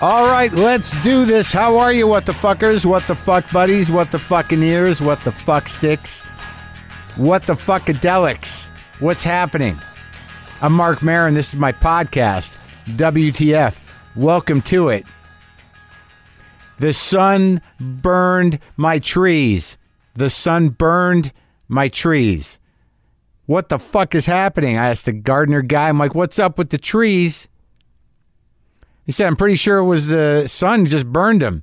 All right, let's do this. How are you, what the fuckers? What the fuck buddies? What the fucking ears? What the fuck sticks? What the fuckadelics? What's happening? I'm Mark Marin. This is my podcast, WTF. Welcome to it. The sun burned my trees. The sun burned my trees. What the fuck is happening? I asked the gardener guy. I'm like, what's up with the trees? He said, I'm pretty sure it was the sun just burned them.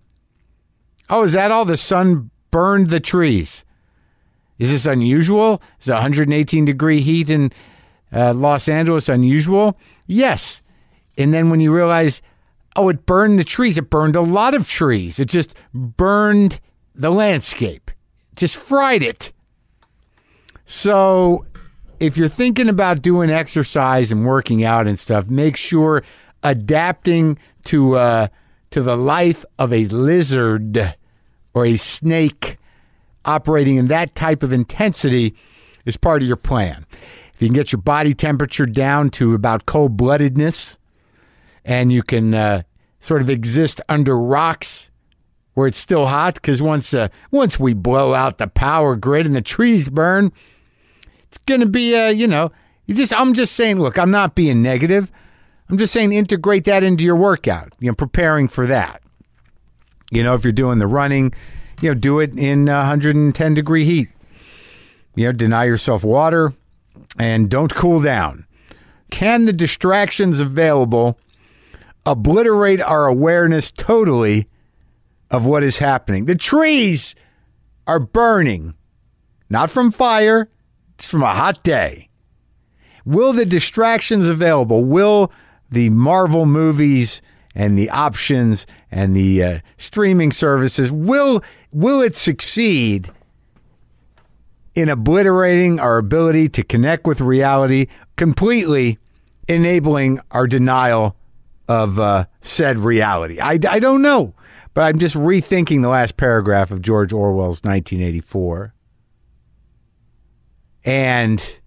Oh, is that all? The sun burned the trees. Is this unusual? Is 118 degree heat in uh, Los Angeles unusual? Yes. And then when you realize, oh, it burned the trees, it burned a lot of trees. It just burned the landscape, just fried it. So if you're thinking about doing exercise and working out and stuff, make sure adapting to uh, to the life of a lizard or a snake operating in that type of intensity is part of your plan. If you can get your body temperature down to about cold bloodedness, and you can uh, sort of exist under rocks where it's still hot, because once uh, once we blow out the power grid and the trees burn, it's going to be a you know you just i'm just saying look i'm not being negative i'm just saying integrate that into your workout you know preparing for that you know if you're doing the running you know do it in uh, 110 degree heat you know deny yourself water and don't cool down can the distractions available obliterate our awareness totally of what is happening the trees are burning not from fire, it's from a hot day. Will the distractions available, will the Marvel movies and the options and the uh, streaming services, will will it succeed in obliterating our ability to connect with reality completely, enabling our denial of uh, said reality? I, I don't know, but I'm just rethinking the last paragraph of George Orwell's 1984 and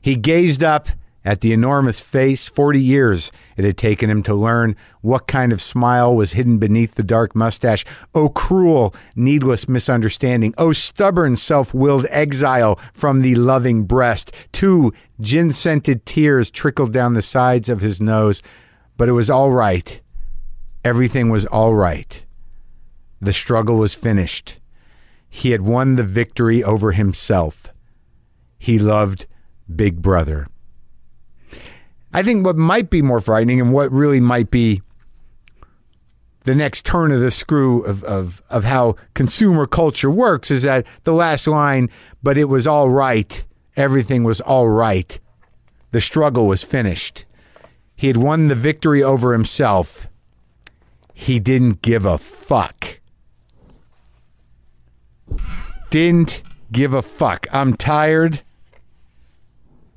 he gazed up at the enormous face. Forty years it had taken him to learn what kind of smile was hidden beneath the dark mustache. Oh, cruel, needless misunderstanding. Oh, stubborn, self willed exile from the loving breast. Two gin scented tears trickled down the sides of his nose, but it was all right. Everything was all right. The struggle was finished. He had won the victory over himself he loved Big Brother. I think what might be more frightening and what really might be the next turn of the screw of, of, of how consumer culture works is that the last line, but it was all right. Everything was all right. The struggle was finished. He had won the victory over himself. He didn't give a fuck didn't give a fuck. I'm tired.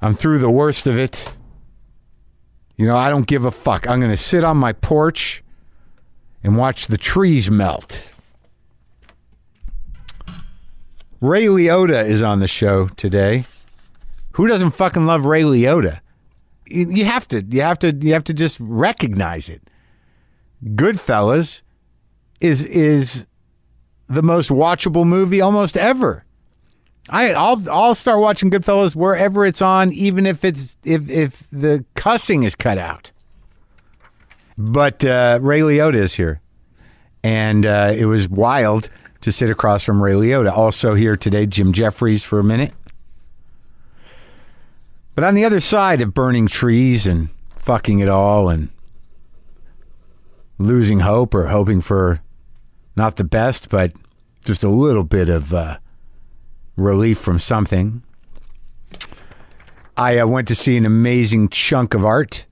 I'm through the worst of it. You know, I don't give a fuck. I'm going to sit on my porch and watch the trees melt. Ray Liotta is on the show today. Who doesn't fucking love Ray Liotta? You you have to, you have to, you have to just recognize it. Goodfellas is is the most watchable movie almost ever. I I'll I'll start watching Goodfellas wherever it's on, even if it's if if the cussing is cut out. But uh, Ray Liotta is here, and uh, it was wild to sit across from Ray Liotta. Also here today, Jim Jeffries for a minute. But on the other side of burning trees and fucking it all and losing hope or hoping for not the best, but just a little bit of uh, relief from something. I uh, went to see an amazing chunk of art.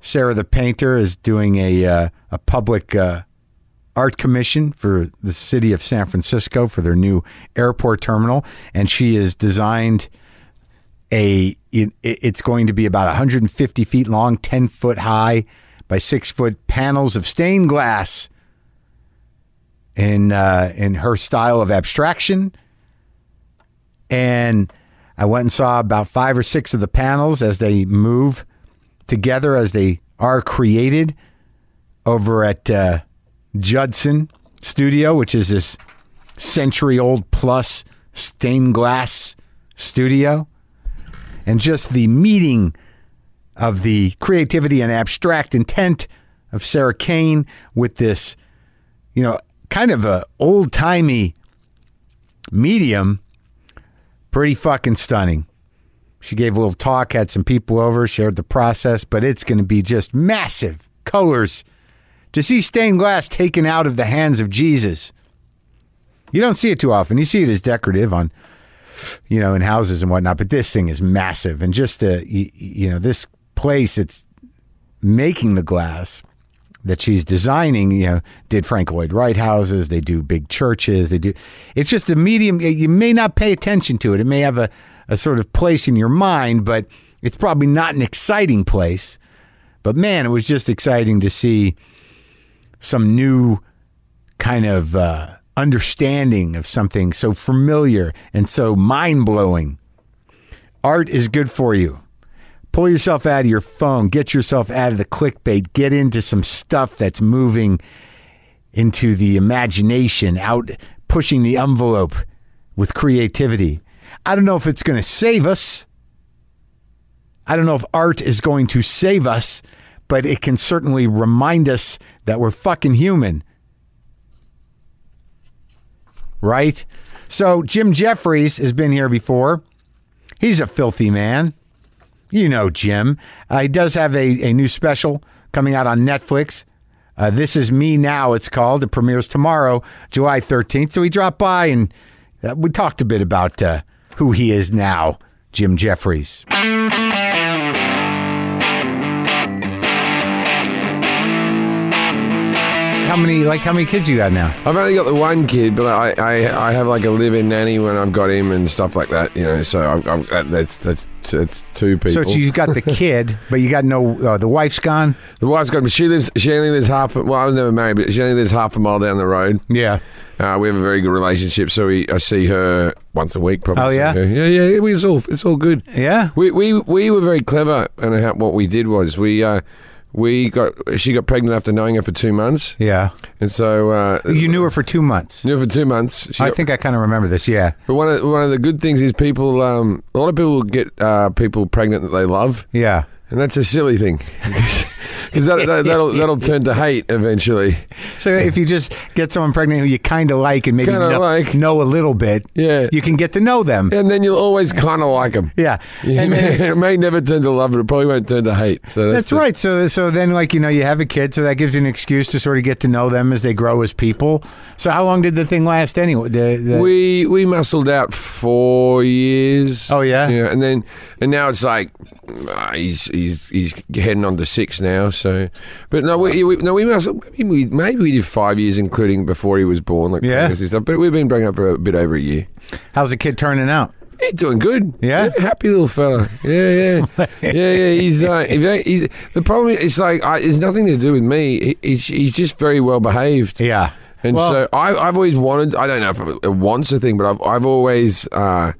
Sarah the painter is doing a uh, a public uh, art commission for the city of San Francisco for their new airport terminal, and she has designed a it, it's going to be about 150 feet long, 10 foot high by six foot panels of stained glass in uh, in her style of abstraction. And I went and saw about five or six of the panels as they move together as they are created over at uh, Judson Studio, which is this century old plus stained glass studio. And just the meeting of the creativity and abstract intent of Sarah Kane with this, you know, kind of a old timey medium, pretty fucking stunning. She gave a little talk, had some people over, shared the process, but it's going to be just massive colors to see stained glass taken out of the hands of Jesus. You don't see it too often. You see it as decorative on, you know, in houses and whatnot, but this thing is massive. And just the, y- you know, this place that's making the glass that she's designing, you know, did Frank Lloyd Wright houses. They do big churches. They do. It's just a medium. You may not pay attention to it. It may have a, a sort of place in your mind, but it's probably not an exciting place. But man, it was just exciting to see some new kind of uh, understanding of something so familiar and so mind blowing. Art is good for you. Pull yourself out of your phone, get yourself out of the clickbait, get into some stuff that's moving into the imagination, out pushing the envelope with creativity. I don't know if it's going to save us. I don't know if art is going to save us, but it can certainly remind us that we're fucking human right? So Jim Jeffries has been here before. He's a filthy man. You know Jim. Uh, he does have a, a new special coming out on Netflix. Uh, this is Me Now, it's called. It premieres tomorrow, July 13th. So he dropped by and uh, we talked a bit about uh, who he is now, Jim Jeffries. How many like how many kids you got now? I've only got the one kid, but I, I, I have like a live-in nanny when I've got him and stuff like that. You know, so I've, I've, that- that's that's that's two people. So it's, you've got the kid, but you got no. Uh, the wife's gone. the wife's got she lives she only lives half. a- Well, I was never married, but she only lives half a mile down the road. Yeah. Uh, we have a very good relationship, so we, I see her once a week. Probably. Oh, yeah? So, yeah, yeah. It was all it's all good. Yeah. We we we were very clever, and how, what we did was we. Uh, we got she got pregnant after knowing her for two months, Yeah. and so uh, You knew her for two months. knew her for two months. She I got- think I kind of remember this. Yeah. But one of one of the good things is people. Um, a lot of people get uh, people pregnant that they love, Yeah. and that's a silly thing, because that, that, that'll that'll turn to hate eventually. So if you just get someone pregnant who you kind of like and maybe Kinda know, like. know a little bit, Yeah. you can get to know them. And then you'll always kind of like them. Yeah. And then- it may never turn to love, but it probably won't turn to hate. So that's, that's right. So so then like you know you have a kid, so that gives you an excuse to sort of get to know them as they grow as people. So how long did the thing last anyway? The, the, We we muscled out four years. Oh, yeah? yeah, and then and now it's like uh, he's he's he's heading on to six now. So, but no, we, we no we muscled maybe we maybe we did five years, including before he was born, like Yeah. pregnancy stuff. But we've been bringing up for a bit over a year. how's the kid turning out? He's doing good. Yeah? happy little fella. Yeah, yeah, yeah, yeah. He's uh, if I- he's the problem. is like I, it's nothing to do with me. He, he's, he's just very well behaved. Yeah. And Well- so I, I've always wanted, I don't know if it- it wants a thing, but I've, I've always uh,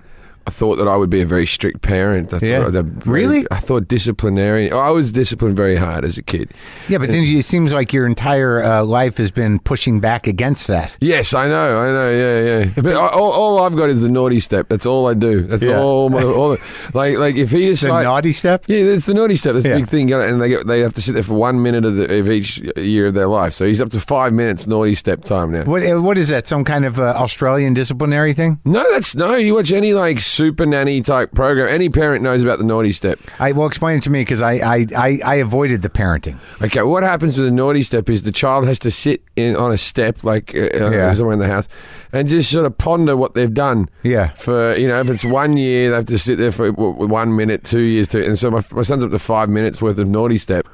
I thought that I would be a very strict parent. I Yeah. Thought, I'd- Really? I thought disciplinary. I was disciplined very hard as a kid. Yeah, but then you- it seems like your entire uh, life has been pushing back against that. Yes, I know, I know, yeah, yeah. But I- all, all I've got is the naughty step. That's all I do. That's Yeah. all my, all the, like, like if he The decides, naughty step. yeah, that's the naughty step. That's Yeah. the big thing. you know, And they get, they have to sit there for one minute of, the, of each year of their life. So he's up to five minutes naughty step time now. What uh, what is that? Some kind of uh, Australian disciplinary thing? No, that's no. You watch any like super nanny type program. Any parent knows about the naughty step. I well explain it to me because I, I, I, I avoided the parenting. Okay, what happens with the naughty step is the child has to sit in on a step like uh, Yeah. uh somewhere in the house, and just sort of ponder what they've done. Yeah. For you know, if it's one year, they have to sit there for w- w- one minute, two years, two. And so my, my son's up to five minutes worth of naughty step.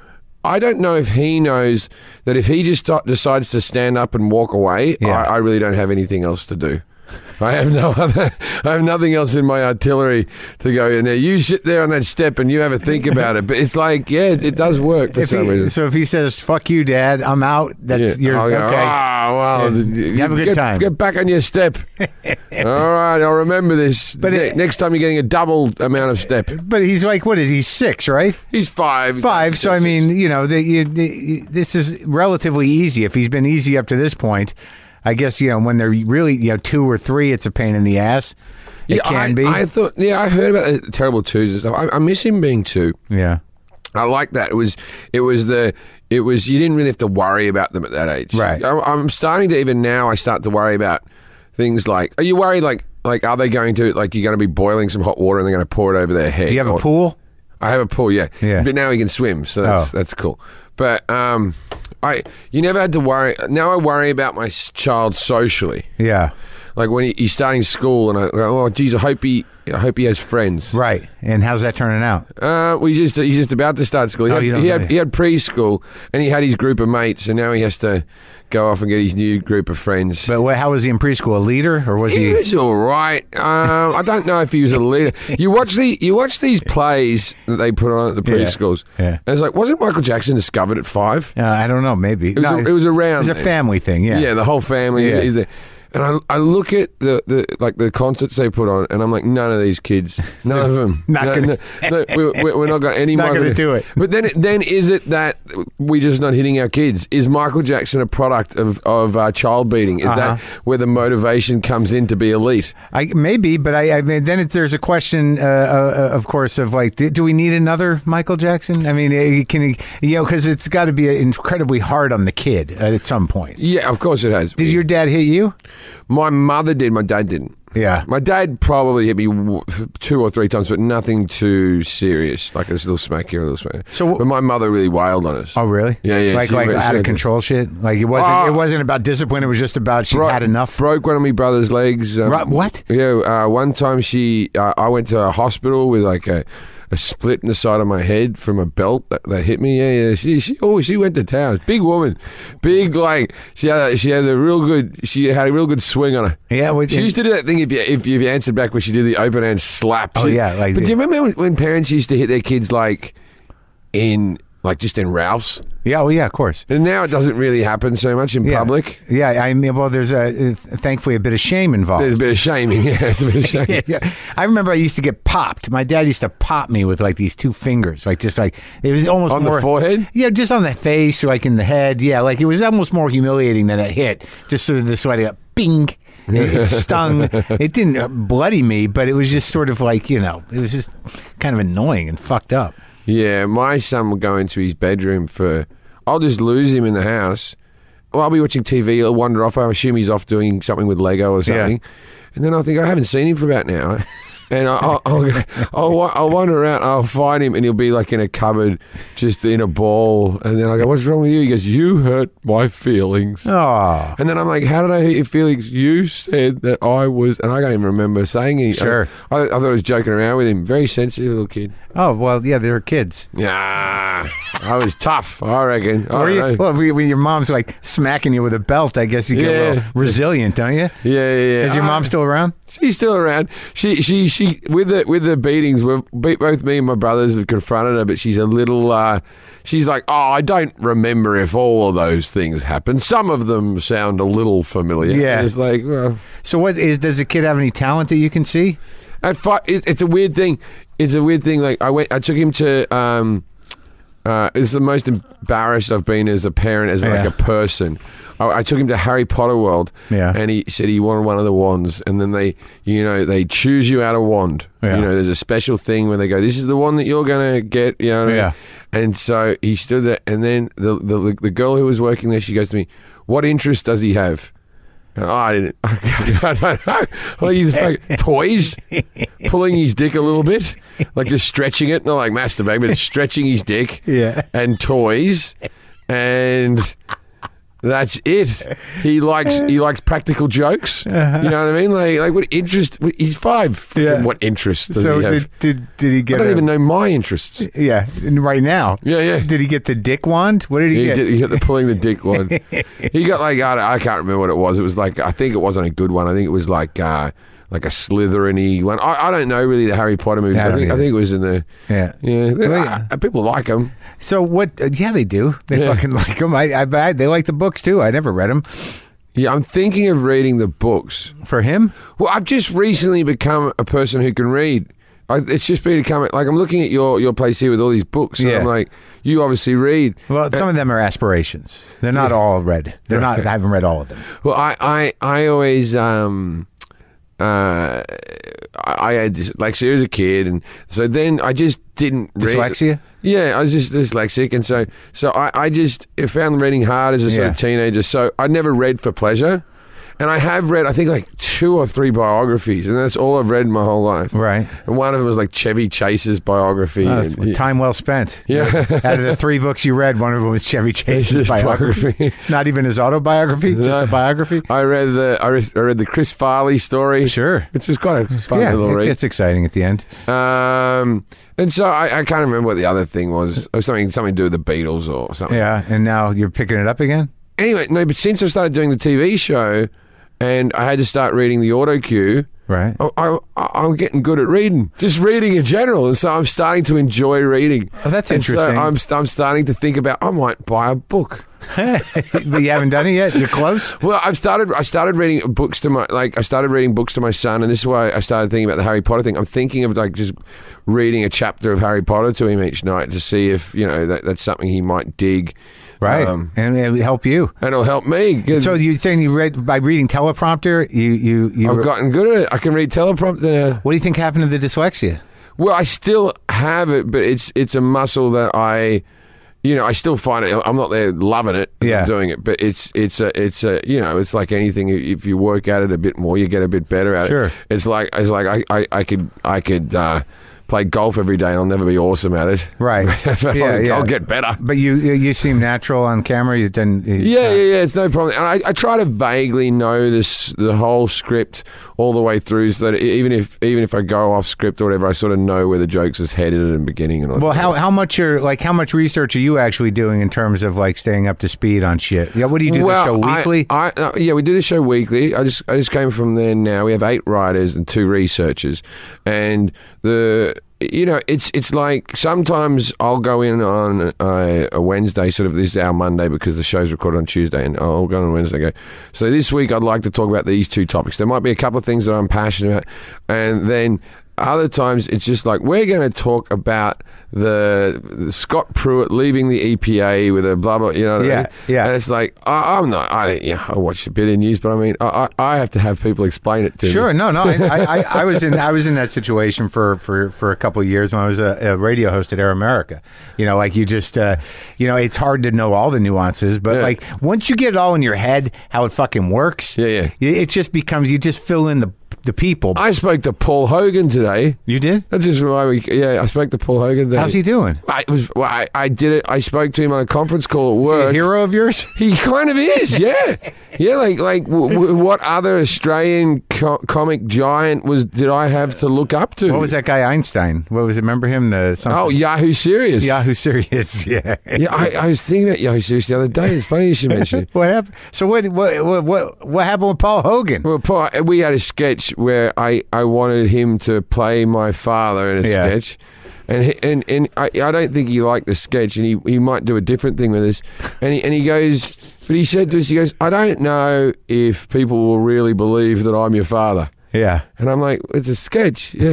I don't know if he knows that if he just start, decides to stand up and walk away, Yeah. I, I really don't have anything else to do. I have no other. I have nothing else in my artillery to go in there. You sit there on that step and you have a think about it. But it's like, yeah, it, it does work for If some he, reason. so if he says "fuck you, Dad," I'm out. That's Yeah. your I'll go, okay. "Ah, well, Yeah. th- Have a good get- time." Get back on your step. All right, I'll remember this. But But it- next time you're getting a double amount of step. But he's like, what is he six, right? He's five. Five. So I mean, you know, the, you, the, this is relatively easy. If he's been easy up to this point, I guess you know when they're really you know two or three, it's a pain in the ass. It yeah, can I, be. I thought. Yeah, I heard about the terrible twos and stuff. I, I miss him being two. yeah. I like that. It was it was the it was you didn't really have to worry about them at that age. Right. I, I'm starting to even now. I start to worry about things like are you worried like like are they going to like you're going to be boiling some hot water and they're going to pour it over their head? Do you have a Or- pool? I have a pool. Yeah. Yeah. But now he can swim, so that's Oh. that's cool. But um, I you never had to worry. Now I worry about my s- child socially. Yeah. Like when he, he's starting school, and I go, oh geez, I hope he I hope he has friends. Right. And how's that turning out? Uh, well, he's just he's just about to start school. He, Oh, had, you don't he, know had, yet. he had preschool, and he had his group of mates, and now he has to go off and get his new group of friends. But what, how was he in preschool? A leader or was he he? was all right. Um, I don't know if he was a leader. You watch the you watch these plays that they put on at the Yeah. preschools, Yeah. and it's like, wasn't Michael Jackson discovered at five? Uh, I don't know. Maybe It was, a- it was it around. was a family thing. Yeah. Yeah, the whole family Yeah. is there. And I, I look at the, the like the concerts they put on, and I'm like, none of these kids, none of them, Not No, gonna- no, no, we, we- we're not got any. Not Michael gonna Ja- do it. But then, then is it that we just not hitting our kids? Is Michael Jackson a product of of uh, child beating? Is that Uh-huh. where the motivation comes in to be elite? I maybe, but I, I mean, then it, there's a question, uh, uh, of course, of like, do, do we need another Michael Jackson? I mean, eh, can he, you know, because it's got to be incredibly hard on the kid uh, at some point. Yeah, of course it has. Did your dad hit you? my mother did, my dad didn't. Yeah. My dad probably hit me w- two or three times, but nothing too serious. Like a little smack here, a little smack. So wh- but my mother really wailed on us. Oh, really? Yeah, yeah, Like, she like was- out she of had- control shit. Like it wasn't. Ah. it wasn't about discipline. It was just about she Bro- had enough. Broke one of my brother's legs. um, Right, what? Yeah, uh, one time she, uh, I went to a hospital with like a, a split in the side of my head from a belt that, that hit me. Yeah, yeah. She, she, oh, she went to town. Big woman, big like she had, a, she had a real good, she had a real good swing on her. Yeah. Well, She used to do that thing if you if you, if you answered back where she did the open hand slap. Oh, She- yeah, like but the- do you remember when, when parents used to hit their kids like in like just in Ralph's? yeah. Well, yeah. Of course. And now it doesn't really happen so much in Yeah. public. Yeah. I mean, well, there's a uh, thankfully a bit of shame involved. There's a bit of shaming. Yeah, it's a bit of shaming. yeah, yeah. I remember I used to get popped. My dad used to pop me with like these two fingers, like just like it was almost On the more, forehead? Yeah, just on the face, or like in the head. Yeah, like it was almost more humiliating than a hit. Just sort of this way, got bing. It, it stung. It didn't uh, bloody me, but it was just sort of like you know, it was just kind of annoying and fucked up. Yeah, my son will go into his bedroom for. I'll just lose him in the house. Well, I'll be watching TV. He'll wander off. I assume he's off doing something with Lego or Yeah. something. And then I think I haven't seen him for about an hour. And I- I'll, I'll, go- I'll, wa- I'll wander around. I'll find him, and he'll be like in a cupboard, just in a ball. And then I go, "What's wrong with you?" He goes, "You hurt my feelings." Oh, And then I'm like, how did I hurt your feelings? You said that I was, and I can't even remember saying it. Sure. I, I thought I was joking around with him. Very sensitive little kid. oh well, yeah, they're kids. Yeah, I was tough. I reckon. I Or don't you- know. well, when when your mom's like smacking you with a belt, I guess you get a Yeah. little resilient, don't you? Yeah, yeah, yeah. Is your Ah, mom still around? she's still around. She, she, she. With the with the beatings, we beat both me and my brothers have confronted her, but she's a little. Uh, she's like, oh, I don't remember if all of those things happened. Some of them sound a little familiar. Yeah. And it's like, well, So what is does the kid have any talent that you can see? At five, it, it's a weird thing. It's a weird thing. Like I went, I took him to. Um, uh, it's the most embarrassed I've been as a parent, as Yeah. like a person. I, I took him to Harry Potter World, Yeah. and he said he wanted one of the wands, and then they, you know, they choose you out a wand. Yeah. You know, there's a special thing where they go, "This is the one that you're gonna get," you know. what I mean? Yeah. And so he stood there, and then the the, the girl who was working there, she goes to me, "What interest does he have?" And Oh, I didn't. I don't know. Like he's fucking toys, pulling his dick a little bit, like just stretching it, not like masturbating, but stretching his dick. Yeah. And toys, and That's it. He likes he likes practical jokes. You know what I mean? Like like what interest? what- He's five. Uh-huh. Yeah. What interest does so he have? did, did did he I get? don't a- even know my interests. Yeah, and right now. Yeah, yeah. Did he get the dick wand? What did he, He, get? did, he got the pulling the dick one. he got like I, don't- I can't remember what it was. It was like I think it wasn't a good one. I think it was like uh, like a Slytherin-y one. I, I don't know really the Harry Potter movies. Yeah, I I don't think I either. think it was in the Yeah. yeah. yeah. uh, people like them. So what? Uh, yeah, they do. They Yeah. fucking like them. I, I, I they like the books too. I never read them. Yeah, I'm thinking of reading the books. For him, Well, I've just recently become a person who can read. I, it's just been becoming like I'm looking at your your place here with all these books. And Yeah. I'm like, you obviously read. well, some of them are aspirations. They're not all read. They're not. I haven't read all of them. Well, I I, I always um uh I, I had dyslexia as a kid, and so then I just didn't read. Dyslexia? Yeah, I was just dyslexic, and so so I I just found reading hard as a sort Yeah. of teenager. So I never read for pleasure. And I have read, I think, like two or three biographies, and that's all I've read my whole life. Right. And one of them was like Chevy Chase's biography. Uh, and- yeah. time well spent. Yeah. Out of the three books you read, one of them was Chevy Chase's His biography. biography. Not even his autobiography, just No. a biography. I read the I read, I read the Chris Farley story, Sure. which was quite a fun Yeah, little it read. gets exciting at the end. Um, and so I, I can't remember what the other thing was. Or something, something to do with the Beatles or something. Yeah, and now you're picking it up again. Anyway, no, but since I started doing the TV show, and I had to start reading the auto cue, Right. I, I, I'm getting good at reading, just reading in general, and so I'm starting to enjoy reading. Oh, that's And interesting. So uh, I'm st- I'm starting to think about I might buy a book. but you haven't done it yet. You're close. Well, I've started. I started reading books to my like. I started reading books to my son, and this is why I started thinking about the Harry Potter thing. I'm thinking of like just reading a chapter of Harry Potter to him each night to see if you know that, that's something he might dig. Right. Um, and it would help you. and it'll help me. 'cause So you're saying you read by reading teleprompter, you you you I've gotten good at it. I can read teleprompter. What do you think happened to the dyslexia? Well, I still have it, but it's it's a muscle that I. You know, I still find it. I'm not there loving it, as I'm Yeah. doing it, but it's it's a it's a you know, it's like anything. If you work at it a bit more, you get a bit better at Sure. it. It's like it's like I I, I could I could uh, play golf every day and I'll never be awesome at it. Right. But yeah, I'll, yeah. I'll get better. But you you you seem natural on camera. You didn't. You, uh, Yeah, yeah, yeah. It's no problem. And I, I try to vaguely know this the whole script all the way through, so that e- even if even if I go off script or whatever, I sort of know where the jokes is headed and beginning and all. Well, that. how how much are like how much research are you actually doing in terms of like staying up to speed on shit? Yeah, what do you do well, the show I- weekly? I, uh, yeah, we do the show weekly. I just I just came from there. Now we have eight writers and two researchers, and the you know it's it's like sometimes I'll go in on a, a Wednesday, sort of this is our Monday because the show's recorded on Tuesday, and I'll go on Wednesday. and Go. So this week I'd like to talk about these two topics. There might be a couple of things that I'm passionate about, and then. Other times it's just like we're going to talk about the, the Scott Pruitt leaving the EPA with a blah blah, you know. what I Yeah, mean? yeah. And it's like I, I'm not. I yeah, I watch a bit of news, but I mean, I, I, I have to have people explain it to me. Sure, no, no. I, I, I, I was in I was in that situation for for for a couple of years when I was a, a radio host at Air America. You know, like you just, uh, you know, it's hard to know all the nuances, but Yeah. like once you get it all in your head, how it fucking works, Yeah, yeah. it it just becomes you just fill in the the people. I spoke to Paul Hogan today. you did? That's just my week. Yeah, I spoke to Paul Hogan. Today. How's he doing? I it was. Well, I, I did it. I spoke to him on a conference call at A work. hero of yours? He kind of is, yeah, yeah. Like, like, w- w- what other Australian co- comic giant was did I have to look up to? What was that guy Einstein? What was it? Remember him? The something? Oh, Yahoo Serious. Yahoo Serious. Yeah. yeah. I, I was thinking about Yahoo Serious the other day. It's funny you should mention it. What happened? So what, what? What? What? What happened with Paul Hogan? Well, Paul, we had a sketch where I, I wanted him to play my father in a Yeah. sketch. And, he, and and I I don't think he liked the sketch, and he, he might do a different thing with us. And he, and he goes, but he said to us, he goes, I don't know if people will really believe that I'm your father. Yeah. And I'm like, it's a sketch.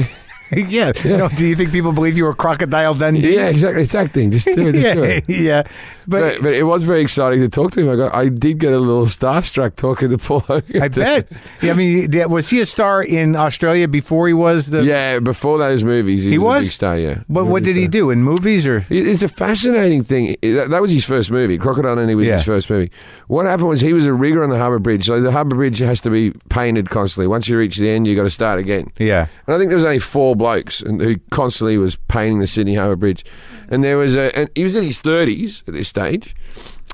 Yeah, yeah. No, do you think people believe you were Crocodile Dundee? yeah exactly. It's acting. Just do it. Just do yeah. it. yeah. But, But, but it was very exciting to talk to him. I got I did get a little starstruck talking to Paul. Hogan. I bet. Yeah, I mean, did- was he a star in Australia before he was the? Yeah, before those movies, he, He was, a was? big star. Yeah. What, was a what big did star. he do in movies or? It- It's a fascinating thing. It- That that was his first movie. Crocodile Dundee was Yeah. his first movie. What happened was he was a rigger on the Harbour Bridge. So the Harbour Bridge has to be painted constantly. Once you reach the end, you got to start again. Yeah. And I think there was only four blokes and who constantly was painting the Sydney Harbour Bridge. And there was a, and he was in his 30s at this stage.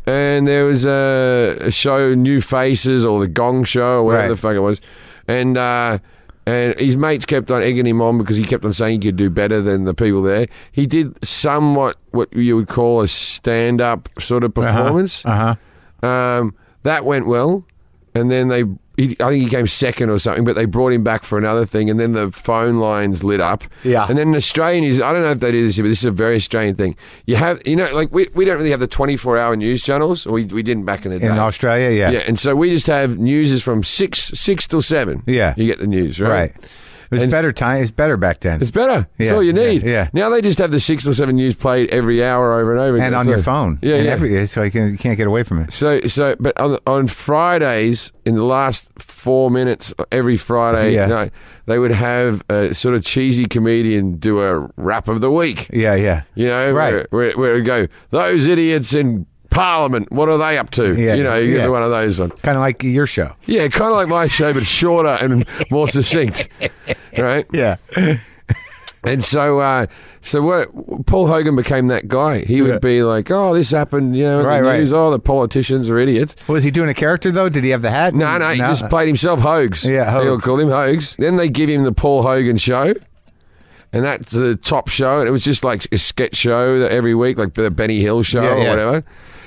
And there was a, a show, New Faces or the Gong Show, or whatever Right. the fuck it was. And, uh, and his mates kept on egging him on because he kept on saying he could do better than the people there. He did somewhat what you would call a stand up sort of performance. Uh Um, that went well, and then they. He, I think he came second or something, but they brought him back for another thing, and then the phone lines lit up. Yeah. And then an Australian is, I don't know if they do this here, but this is a very Australian thing. You have, you know, like we, we don't really have the 24 hour news channels, or we, we didn't back in the day. In Australia, yeah. yeah. And so we just have news is from six, six till seven. Yeah. You get the news, right? Right. It was And- better time. It's better back then. It's better. It's Yeah, all you need. yeah, yeah. Now they just have the six or seven news played every hour over and over again. and on So- your phone. Yeah. And yeah. every- so you, can, you can't get away from it. So, so, but on on Fridays, in the last four minutes every Friday Yeah. night, they would have a sort of cheesy comedian do a rap of the week. Yeah, yeah. You know, Right. Where, where, where it would go, those idiots in Parliament, what are they up to? Yeah, You know, you yeah. get one of those ones. Kind of like your show. Yeah, kind of like my show, but shorter and more succinct, right? Yeah. And so, uh, so what? Paul Hogan became that guy. He would Yeah. be like, "Oh, this happened," you know, in Right, the right. news. Oh, the politicians are idiots. Was he doing a character though? Did he have the hat? No, no, he just played himself Hoags. Yeah, They'll Hoax. call him Hoags. Then they give him the Paul Hogan show. And that's the top show. And it was just like a sketch show that every week, like the Benny Hill show Yeah, or yeah. whatever.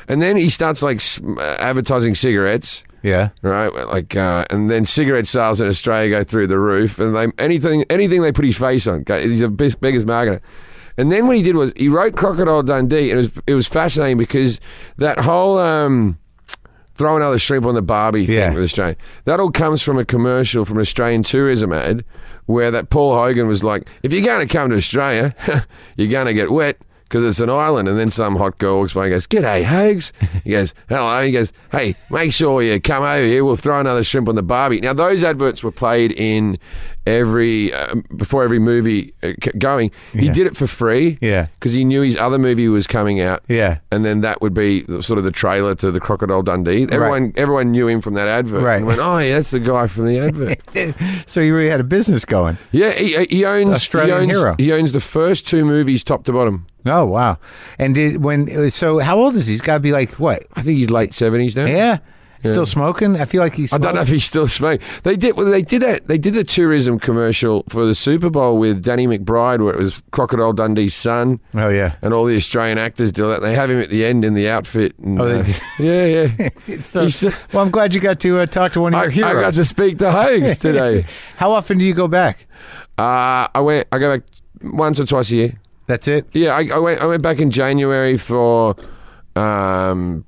And then he starts like sm- uh, advertising cigarettes, yeah. right? Like, uh, and then cigarette sales in Australia go through the roof. And they anything anything they put his face on, go- he's the best, biggest marketer. And then what he did was he wrote Crocodile Dundee, and it was it was fascinating because that whole um, throw another shrimp on the Barbie thing Yeah. with Australia. That all comes from a commercial from an Australian tourism ad where that Paul Hogan was like, if you're going to come to Australia, you're going to get wet because it's an island. And then some hot girl walks by and goes, G'day, Hogs. He goes, hello. He goes, hey, make sure you come over here. We'll throw another shrimp on the Barbie. Now, those adverts were played in every, um, before every movie uh, c- going. He did it for free. Yeah. Because he knew his other movie was coming out Yeah. and then that would be the- sort of the trailer to the Crocodile Dundee. Everyone, everyone knew him from that advert. Right. And went, oh yeah, that's the guy from the advert. So he really had a business going. yeah, he, he owns Australian he owns, hero. He owns the first two movies, top to bottom. Oh wow! And did when? uh, So how old is he? He's got to be like what? I think he's late seventies now. Yeah. Still smoking? I feel like he's. I don't know if he's still smoking. They did. Well, they did that. They did the tourism commercial for the Super Bowl with Danny McBride, where it was Crocodile Dundee's son. Oh yeah. And all the Australian actors do that. They have him at the end in the outfit. And, Oh, they uh, did. yeah, yeah. So, He's the- well, I'm glad you got to uh, talk to one of uh, I, I your heroes. got to speak to Hoax today. How often do you go back? Uh, I went. I go back once or twice a year. That's it. Yeah, I, I went. I went back in January for, um,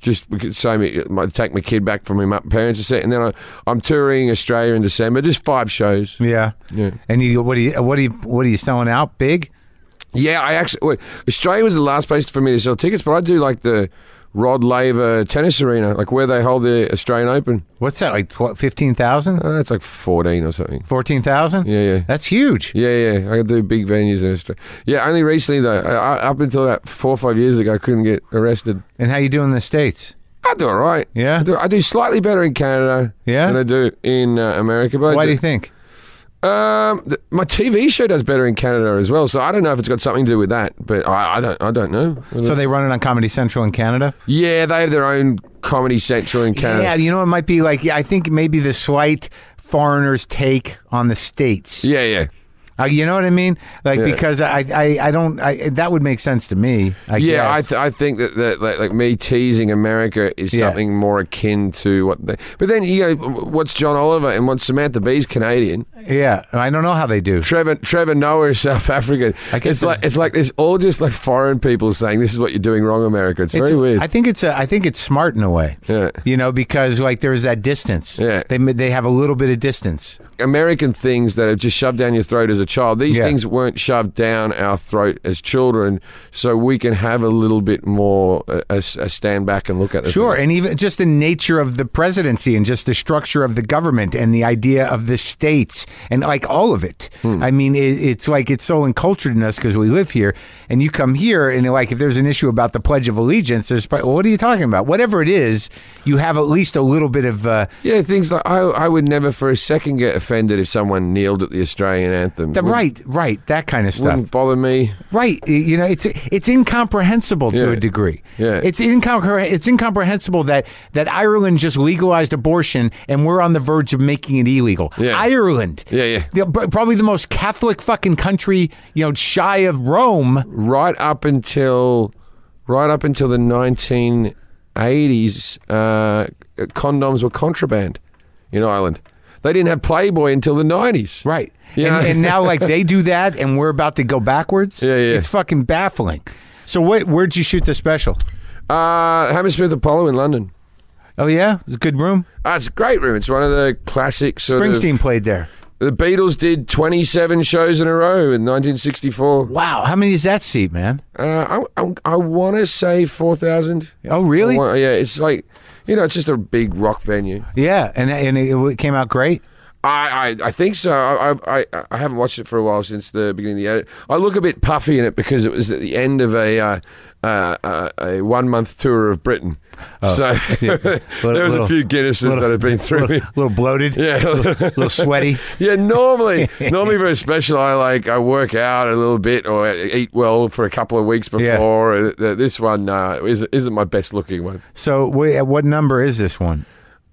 just we could say me, my, take my kid back from my mu- parents and set, and then I, I'm touring Australia in December. Just five shows. Yeah. Yeah. And you, what do you, uh, what do you, what are you selling out? Big? Yeah, I actually wait, Australia was the last place for me to sell tickets, but I do like the Rod Laver Tennis Arena, like where they hold the Australian Open. What's that? Like tw- 15,000? Uh, it's like 14 or something. 14,000? Yeah, yeah. That's huge. Yeah, yeah, I could do big venues in Australia. Yeah, only recently though. I, I, up until about four or five years ago, I couldn't get arrested. And how you doing in the States? I do all right. Yeah? I do, I do slightly better in Canada Yeah? than I do in uh, America. But I Why do you think? um, th- my TV show does better in Canada as well. So I don't know if it's got something to do with that, but I, I don't. I don't know. I don't- So they run it on Comedy Central in Canada? yeah, they have their own Comedy Central in Canada. Yeah, you know, it might be like, yeah, I think maybe the slight foreigner's take on the States. yeah, yeah. Uh, you know what I mean? Like, Yeah. because I, I, I don't, I, that would make sense to me. I Yeah, I, guess. th- I think that, that like, like me teasing America is Yeah. something more akin to what. They, but then you know, what's John Oliver and what's Samantha Bee's Canadian? yeah, I don't know how they do. Trevor Trevor Noah is South African. I guess It's like it's like this all just like foreign people saying this is what you're doing wrong, America. It's, It's- very weird. I think it's a, I think it's smart in a way. Yeah. You know, because like there's that distance. Yeah. They ma- they have a little bit of distance. American things that are just shoved down your throat as a child. These Yeah. things weren't shoved down our throat as children, so we can have a little bit more a, a, a stand back and look at the Sure, thing. and even just the nature of the presidency and just the structure of the government and the idea of the states and like all of it. I mean, it, it's like it's so encultured in us because we live here, and you come here and like if there's an issue about the Pledge of Allegiance, there's probably, well, what are you talking about? Whatever it is, you have at least a little bit of uh, Yeah, things like I, I would never for a second get offended if someone kneeled at the Australian anthem. the, right, right, that kind of stuff. Wouldn't bother me. Right, y- you know, it's it's incomprehensible to Yeah. a degree. Yeah. it's incompre- it's incomprehensible that that Ireland just legalized abortion and we're on the verge of making it illegal. Yeah. Ireland, Yeah, yeah. You know, pr- probably the most Catholic fucking country, you know, shy of Rome. Right up until, right up until the 1980s, uh, condoms were contraband in Ireland. They didn't have Playboy until the 90s. Right. Yeah. And, and now, like, they do that, and we're about to go backwards. Yeah, yeah. It's fucking baffling. So, what? Where'd you shoot the special? Uh, Hammersmith Apollo in London. Oh yeah, It was a good room. Ah, it's a great room. It's one of the classics. Springsteen played there. The Beatles did 27 shows in a row in 1964. Wow, how many does that seat, man? Uh, I, I, I want to say 4,000. Oh really? I wanna- Yeah, it's like, you know, it's just a big rock venue. Yeah, and and it, it came out great. I, I, I think so. I, I, I- I haven't watched it for a while since the beginning of the edit. I look a bit puffy in it because it was at the end of a uh, uh, uh, a one month tour of Britain. so there was Oh. little- a few Guinnesses that have been through me. A little bloated, Yeah. a little sweaty. Yeah, normally, normally very special. I like I work out a little bit or eat well for a couple of weeks Yeah. before. Uh, th- This one uh, isn't isn't my best looking one. So, wh- what number is this one?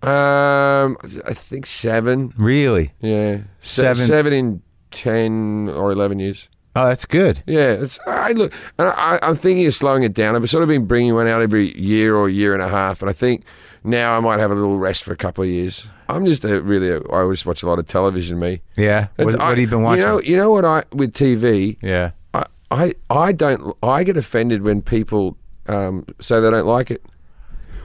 Um, I think seven. Really? Yeah, Se- Seven. seven in ten or eleven years. Oh, that's good. Yeah, it's, I look. I, I- I'm thinking of slowing it down. I've sort of been bringing one out every year or year and a half, and I think now I might have a little rest for a couple of years. I'm just a, really. A, I always watch a lot of television. Me. Yeah. What, It's- what have you been I- watching? You know, you know what I with TV. yeah. I, I, I don't. I get offended when people um, say they don't like it,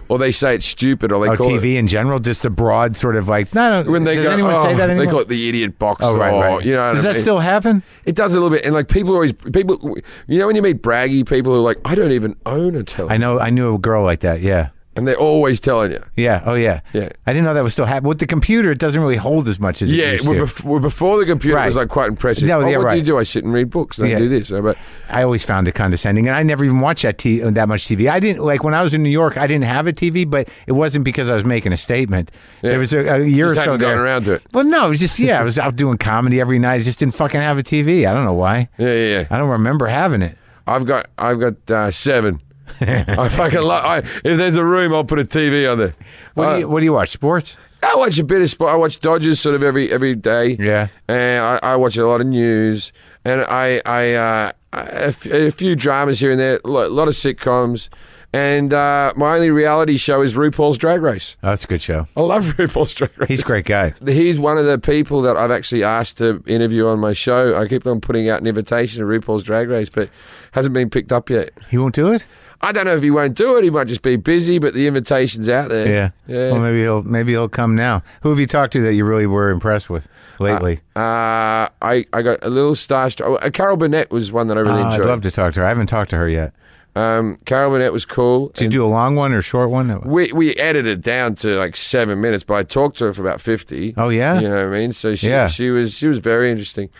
or they say it's stupid, or they Oh, call TV it in general, just a broad sort of like. No, no. when they does go. anyone oh, say that anymore? They call it the idiot box. oh, right, or, right. You know, what does I that mean? still happen? It does a little bit, and like people always people. You know, when you meet braggy people who are like, I don't even own a television, I know. I knew a girl like that. Yeah. and they're always telling you. Yeah. Oh, yeah. Yeah. I didn't know that was still happening. With the computer, it doesn't really hold as much as Yeah, it used we're, to. bef- we're before the computer Right. was like quite impressive. No, oh, yeah, what do right. you do? I sit and read books. And Yeah. I do this. But I always found it condescending, and I never even watched that t- that much TV. I didn't like when I was in New York. I didn't have a TV, but it wasn't because I was making a statement. There was a, a year Just or so hadn't there. gotten around to it. Well, no, it was just yeah, I was out doing comedy every night. I just didn't fucking have a TV. I don't know why. yeah, yeah, yeah. I don't remember having it. I've got I've got uh, seven. I fucking love. I, if there's a room, I'll put a TV on there. What, Uh, do, you, what do you watch? Sports? I watch a bit of sport. I watch Dodgers sort of every every day. Yeah. and I, I watch a lot of news, and I I uh, a, f- a few dramas here and there, a lot, lot of sitcoms, and uh, my only reality show is RuPaul's Drag Race. Oh, that's a good show. I love RuPaul's Drag Race. He's a great guy. He's one of the people that I've actually asked to interview on my show. I keep on putting out an invitation to RuPaul's Drag Race, but hasn't been picked up yet. He won't do it. I don't know if he won't do it. He might just be busy, but the invitation's out there. Yeah. Well, maybe he'll maybe he'll come now. Who have you talked to that you really were impressed with lately? Uh, I, I got a little starstruck. oh, Uh, Carol Burnett was one that I really Uh, I'd enjoyed. love to talk to her. I haven't talked to her yet. Um, Carol Burnett was cool. Did you do a long one or a short one? We we edited it down to like seven minutes, but I talked to her for about fifty. Oh, yeah? you know what I mean. So she Yeah. she was she was very interesting.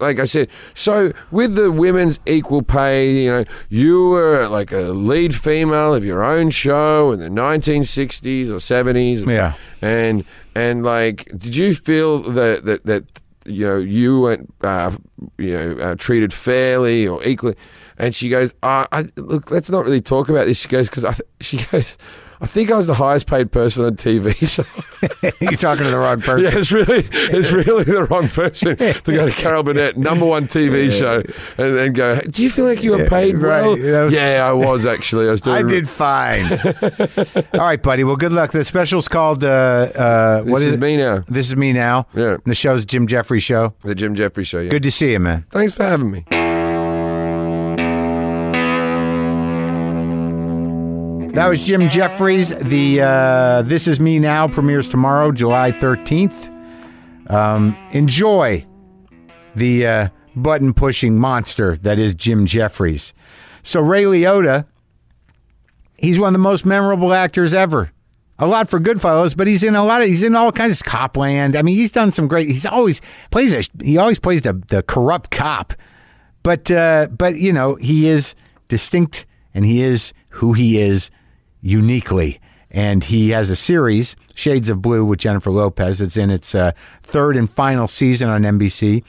Like I said, so with the women's equal pay, you know, you were like a lead female of your own show in the 1960s or 70s. Yeah. and and like, did you feel that that that you know you weren't uh, you know uh, treated fairly or equally? And she goes, uh, I, look, let's not really talk about this. She goes because th- she goes, I think I was the highest paid person on TV. So You're talking to the wrong person. yeah, it's really it's really the wrong person to go to Carol Burnett, number one TV show, and then go. Do you feel like you were paid right. well? That was- yeah, I was actually. I was doing. I did fine. All right, buddy. Well, good luck. The special's called uh, uh, This what is, is it? me now. This is me now. Yeah. The show's Jim Jeffrey show. The Jim Jeffrey show. Yeah. Good to see you, man. Thanks for having me. That was Jim Jeffries. The uh, This Is Me Now premieres tomorrow, July 13th. Um, enjoy the uh, button pushing monster that is Jim Jeffries. So, Ray Liotta, he's one of the most memorable actors ever. A lot for Goodfellas, but he's in a lot of he's in all kinds of Copland. I mean, he's done some great. He's always plays a he always plays the the corrupt cop, but uh, but you know he is distinct and he is who he is uniquely. And he has a series, Shades of Blue, with Jennifer Lopez. It's in its uh, third and final season on NBC.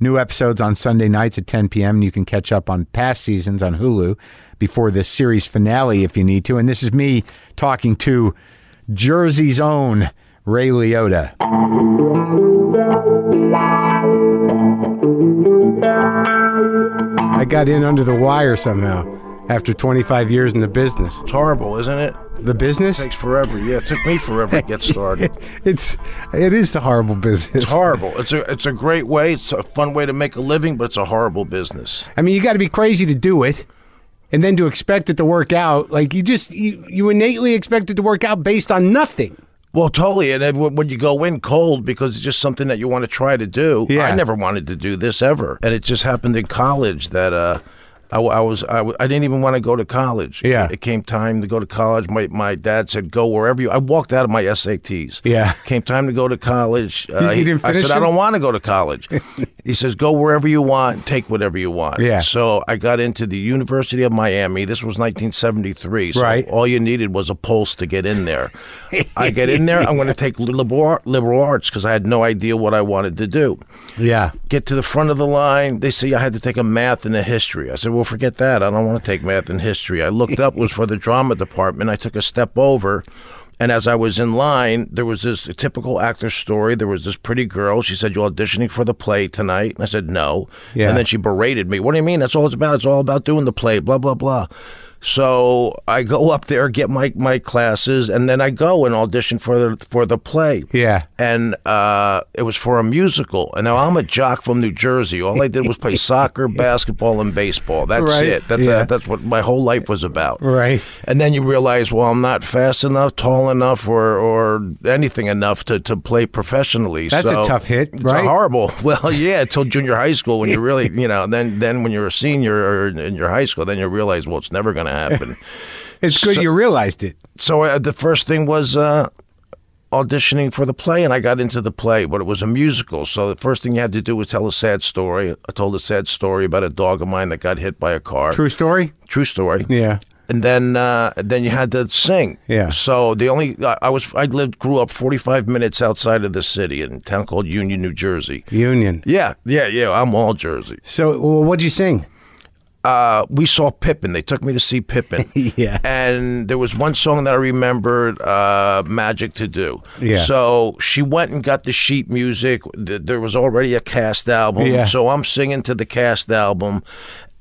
New episodes on Sunday nights at 10 p.m. And you can catch up on past seasons on Hulu before the series finale if you need to. And this is me talking to Jersey's own Ray Liotta. I got in under the wire somehow after 25 years in the business. It's horrible, isn't it? The business? Takes forever. Yeah, it took me forever to get started. It's it is a horrible It's business. horrible. It's a it's a great way. It's a fun way to make a living, but it's a horrible business. I mean, you got to be crazy to do it, and then to expect it to work out. Like you just you, you innately expect it to work out based on nothing. Well, totally. And then when when you go in cold because it's just something that you want to try to do. Yeah. I never wanted to do this ever, and it just happened in college that uh, I, w- I was I, w- I didn't even want to go to college. Yeah. It came time to go to college. My my dad said go wherever you. I walked out of my SATs. Yeah. Came time to go to college. Uh, you didn't I finish said I them? don't want to go to college. he says go wherever you want, take whatever you want. Yeah. So I got into the University of Miami. This was 1973. So Right. all you needed was a pulse to get in there. I get in there. I'm going to take liberal, ar- liberal arts because I had no idea what I wanted to do. Yeah. Get to the front of the line. They say I had to take a math and a history. I said, well, forget that. I don't want to take math and history. I looked up, it was for the drama department. I took a step over. And as I was in line, there was this typical actor story. There was this pretty girl. She said, You auditioning for the play tonight? And I said, No. Yeah. And then she berated me. What do you mean? That's all it's about. It's all about doing the play, blah, blah, blah. So I go up there, get my, my classes, and then I go and audition for the for the play Yeah. and uh, it was for a musical. And now I'm a jock from New Jersey. All I did was play soccer, basketball, and baseball. That's Right. it. That's uh, Yeah. that's what my whole life was about. Right. And then you realize, well, I'm not fast enough, tall enough, or or anything enough to, to play professionally. That's a So tough hit, it's a right? horrible. Well, yeah, until junior high school when you really, you know, then then when you're a senior or in- in your high school, then you realize, well, it's never going to happen. It's good you realized it. so uh, the first thing was uh, auditioning for the play, and I got into the play, but it was a musical. So the first thing you had to do was tell a sad story. I told a sad story about a dog of mine that got hit by a car. True story? True story. Yeah. And then, uh, then you had to sing. Yeah. So the only I, I was I lived grew up 45 minutes outside of the city in a town called Union, New Jersey. Union. Yeah, yeah, yeah. I'm all Jersey. So, well, what'd you sing? uh, we saw Pippin. They took me to see Pippin. Yeah. And there was one song that I remembered, uh, Magic to Do. Yeah. So she went and got the sheet music. Th- There was already a cast album. Yeah. So I'm singing to the cast album.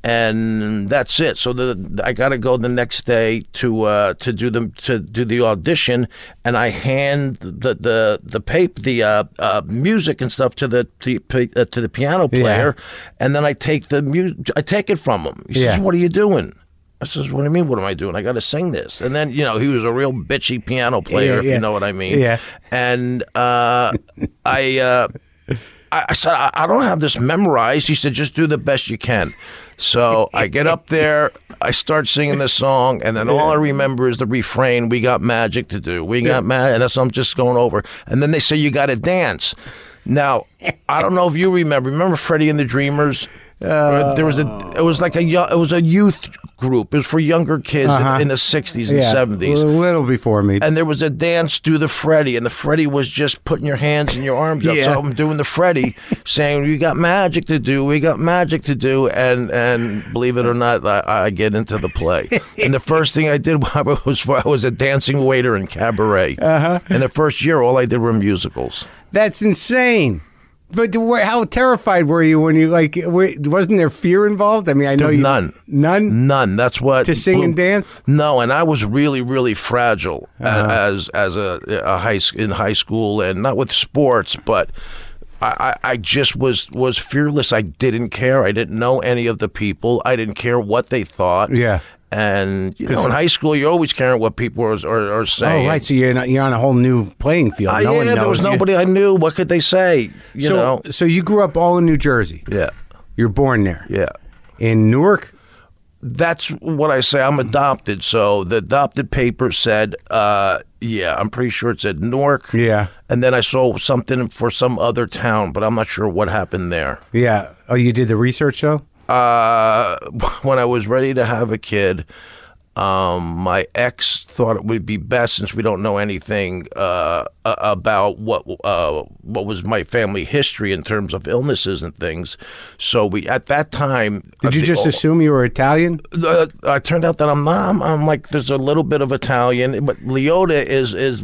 And that's it. So the, I got to go the next day to uh, to do the to do the audition, and I hand the the the paper, the uh, uh, music and stuff to the to, uh, to the piano player, and then I take the mu- I take it from him. He Yeah. says, "What are you doing?" I says, "What do you mean? What am I doing? I got to sing this." And then you know he was a real bitchy piano player, Yeah, if yeah. you know what I mean. Yeah. And uh, I. Uh, I I said, I I don't have this memorized. He said, just do the best you can. So I get up there, I start singing this song, and then all I remember is the refrain, We got magic to do. We got magic. And that's I'm just going over. And then they say, You got to dance. Now, I don't know if you remember. Remember Freddie and the Dreamers? Uh, there was a, it was like a, yo- it was a youth group. It was for younger kids in, in the 60s and Yeah. 70s A little before me. and there was a dance do the Freddy, and the Freddy was just putting your hands and your arms up. Yeah. So I'm doing the Freddy, saying, "We got magic to do, we got magic to do," and and believe it or not, I, I get into the play. and the first thing I did was I was a dancing waiter in cabaret. Uh-huh. And the first year, all I did were musicals. That's insane. But wh- how terrified were you when you like? Were, wasn't there fear involved? I mean, I know you, none. none. None. That's what To sing and dance? No, and I was really, really fragile a- Uh-huh. as as a, a high s- in high school, and not with sports, but. I, I I just was was fearless. I didn't care. I didn't know any of the people. I didn't care what they thought. Yeah. And you know, in high school, you're always caring what people are are, are saying. Oh, right. So you're, not, you're on a whole new playing field. Uh, no one yeah, knows there was you. nobody I knew. What could they say? You so, know. so you grew up all in New Jersey. Yeah. You're born there. Yeah. In Newark? that's what I say. I'm adopted. So the adopted paper said, uh, yeah, I'm pretty sure it said Newark. Yeah. And then I saw something for some other town, but I'm not sure what happened there. Yeah. Oh, you did the research, though? Uh, when I was ready to have a kid, Um, my ex thought it would be best since we don't know anything uh, a- about what uh, what was my family history in terms of illnesses and things. So we at that time Did you just assume you were Italian? uh, it turned out that I'm not. I'm, I'm like there's a little bit of Italian, but Leota is is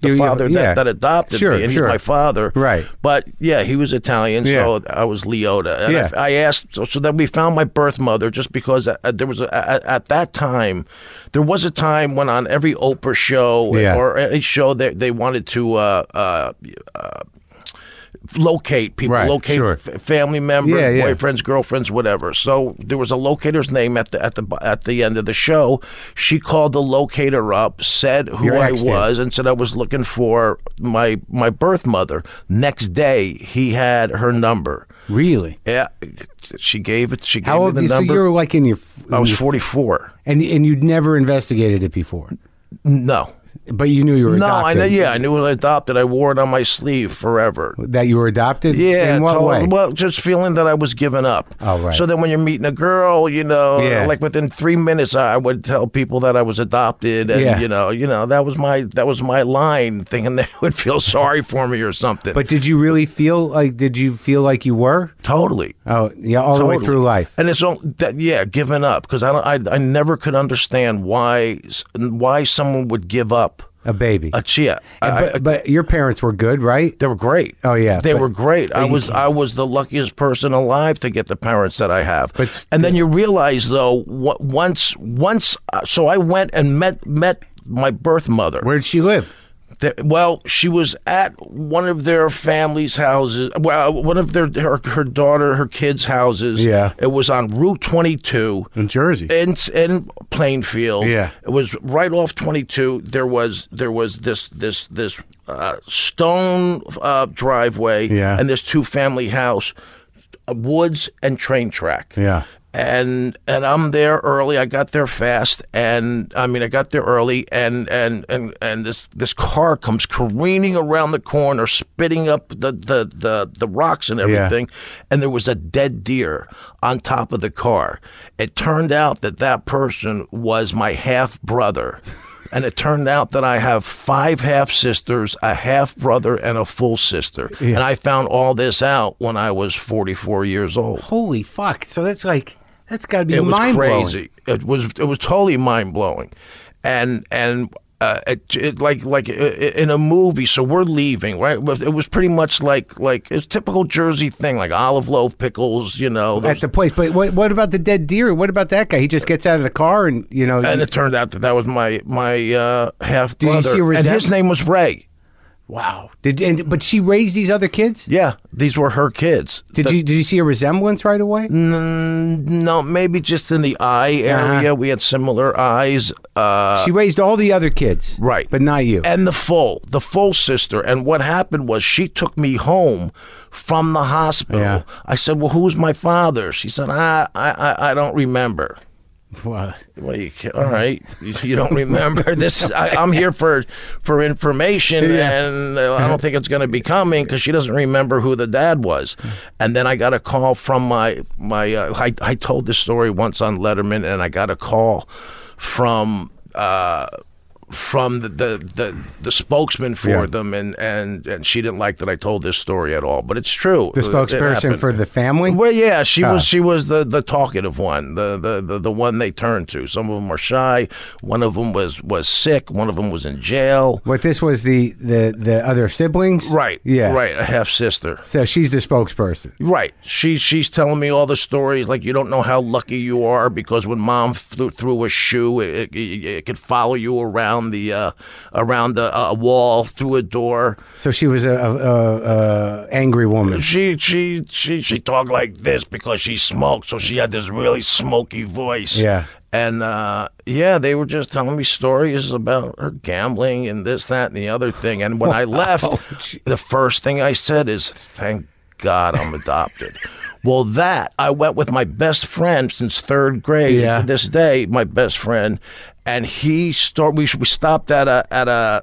the You- you- father yeah. that, that adopted Sure, me, and sure. he's my father. Right. But yeah, he was Italian, so I was Leota. And Yeah. I, I asked, so, so then we found my birth mother, just because uh, there was a, at, at that time, there was a time when on every Oprah show Yeah. or any show that they wanted to. Uh, uh, uh, locate people, Right, locate sure. f- family members, Yeah, yeah. boyfriends, girlfriends, whatever. So there was a locator's name at the at the bo- at the end of the show. She called the locator up, said who Your I ex did. was, and said I was looking for my my birth mother. Next day, he had her number. Really? Yeah, she gave it. She gave How me old? the so number. you were like in your. I was forty four. and and you'd never investigated it before, No. but you knew you were No, I adopted. know. Yeah, I knew it was adopted. I wore it on my sleeve forever. that you were adopted. Yeah, in what totally. way? Well, just feeling that I was giving up. Oh, right. So then when you're meeting a girl, you know, Yeah. like within three minutes, I would tell people that I was adopted, and Yeah. you know, you know, that was my that was my line, thinking they would feel sorry for me or something. But did you really feel like? Did you feel like you were? totally. Oh yeah, all the way Totally. through life. And it's all that, yeah, giving up because I, don't- I I never could understand why s- why someone would give up A baby. a chia. I- I- but, but your parents were good, right? They were great. Oh, yeah, they but- were great. I was I was the luckiest person alive to get the parents that I have. But and then you realize though, what, once once uh, so I went and met met my birth mother. Where did she live? That- well, she was at one of their family's houses. Well, one of their her, her daughter her kids' houses. Yeah. Mm-hmm. it was on Route twenty two In Jersey. in in Plainfield. Yeah. it was right off 22. There was there was this this this uh, stone uh, driveway. Yeah. and this two family house, uh, woods and train track. Yeah. And and I'm there early. I got there fast, and I mean I got there early, and and and and this this car comes careening around the corner, spitting up the the the, the rocks and everything, and there was a dead deer on top of the car. It turned out that that person was my half brother. And it turned out that I have five half sisters, a half brother, and a full sister. And I found all this out when I was 44 years old. Holy fuck! So that's like that's got to be It was mind crazy. It was it was totally mind blowing, and and. Uh, it, it like like uh, in a movie. So we're leaving, right? But It was pretty much like like it's typical Jersey thing, like olive loaf pickles, you know. those- at the place. But what what about the dead deer? What about that guy? He just gets out of the car and you know. and it turned out that that was my my uh, half you brother, see a and his resentment? name was Ray. wow. Did and, but she raised these other kids? Yeah, these were her kids. Did you did you see a resemblance right away? Mm, no, maybe just in the eye Uh-huh. area. We had similar eyes. Uh, she raised all the other kids, Right. Eh, But not you. and the full, the full sister. And what happened was she took me home from the hospital. Yeah. I said, "Well, who's my father?" She said, "I, I, I, I don't remember." Wow. Well, you, ca- all right, you, you don't remember this. Is, I, I'm here for for information, and uh, I don't think it's going to be coming because she doesn't remember who the dad was. And then I got a call from my my. Uh, I I told this story once on Letterman, and I got a call from. Uh, from the, the, the, the spokesman for them and, and, and she didn't like that I told this story at all. But it's true. The spokesperson for the family. Well, yeah, she was she was the, the talkative one, the, the, the, the one they turned to. Some of them are shy. One of them was was sick. One of them was in jail. What this was the the the other siblings, Right. Yeah, Right. A half sister. So she's the spokesperson. Right. She she's telling me all the stories like you don't know how lucky you are because when mom flew through a shoe it, it, it could follow you around the uh, around the, a wall through a door. So she was a, a, a, a angry woman. She she she she talked like this because she smoked, so she had this really smoky voice. Yeah. And uh, yeah, they were just telling me stories about her gambling and this, that, and the other thing. And when I left, the first thing I said is, "Thank God I'm adopted." well, that I went with my best friend since third grade Yeah. to this day, my best friend, and he start. We we stopped at a at a.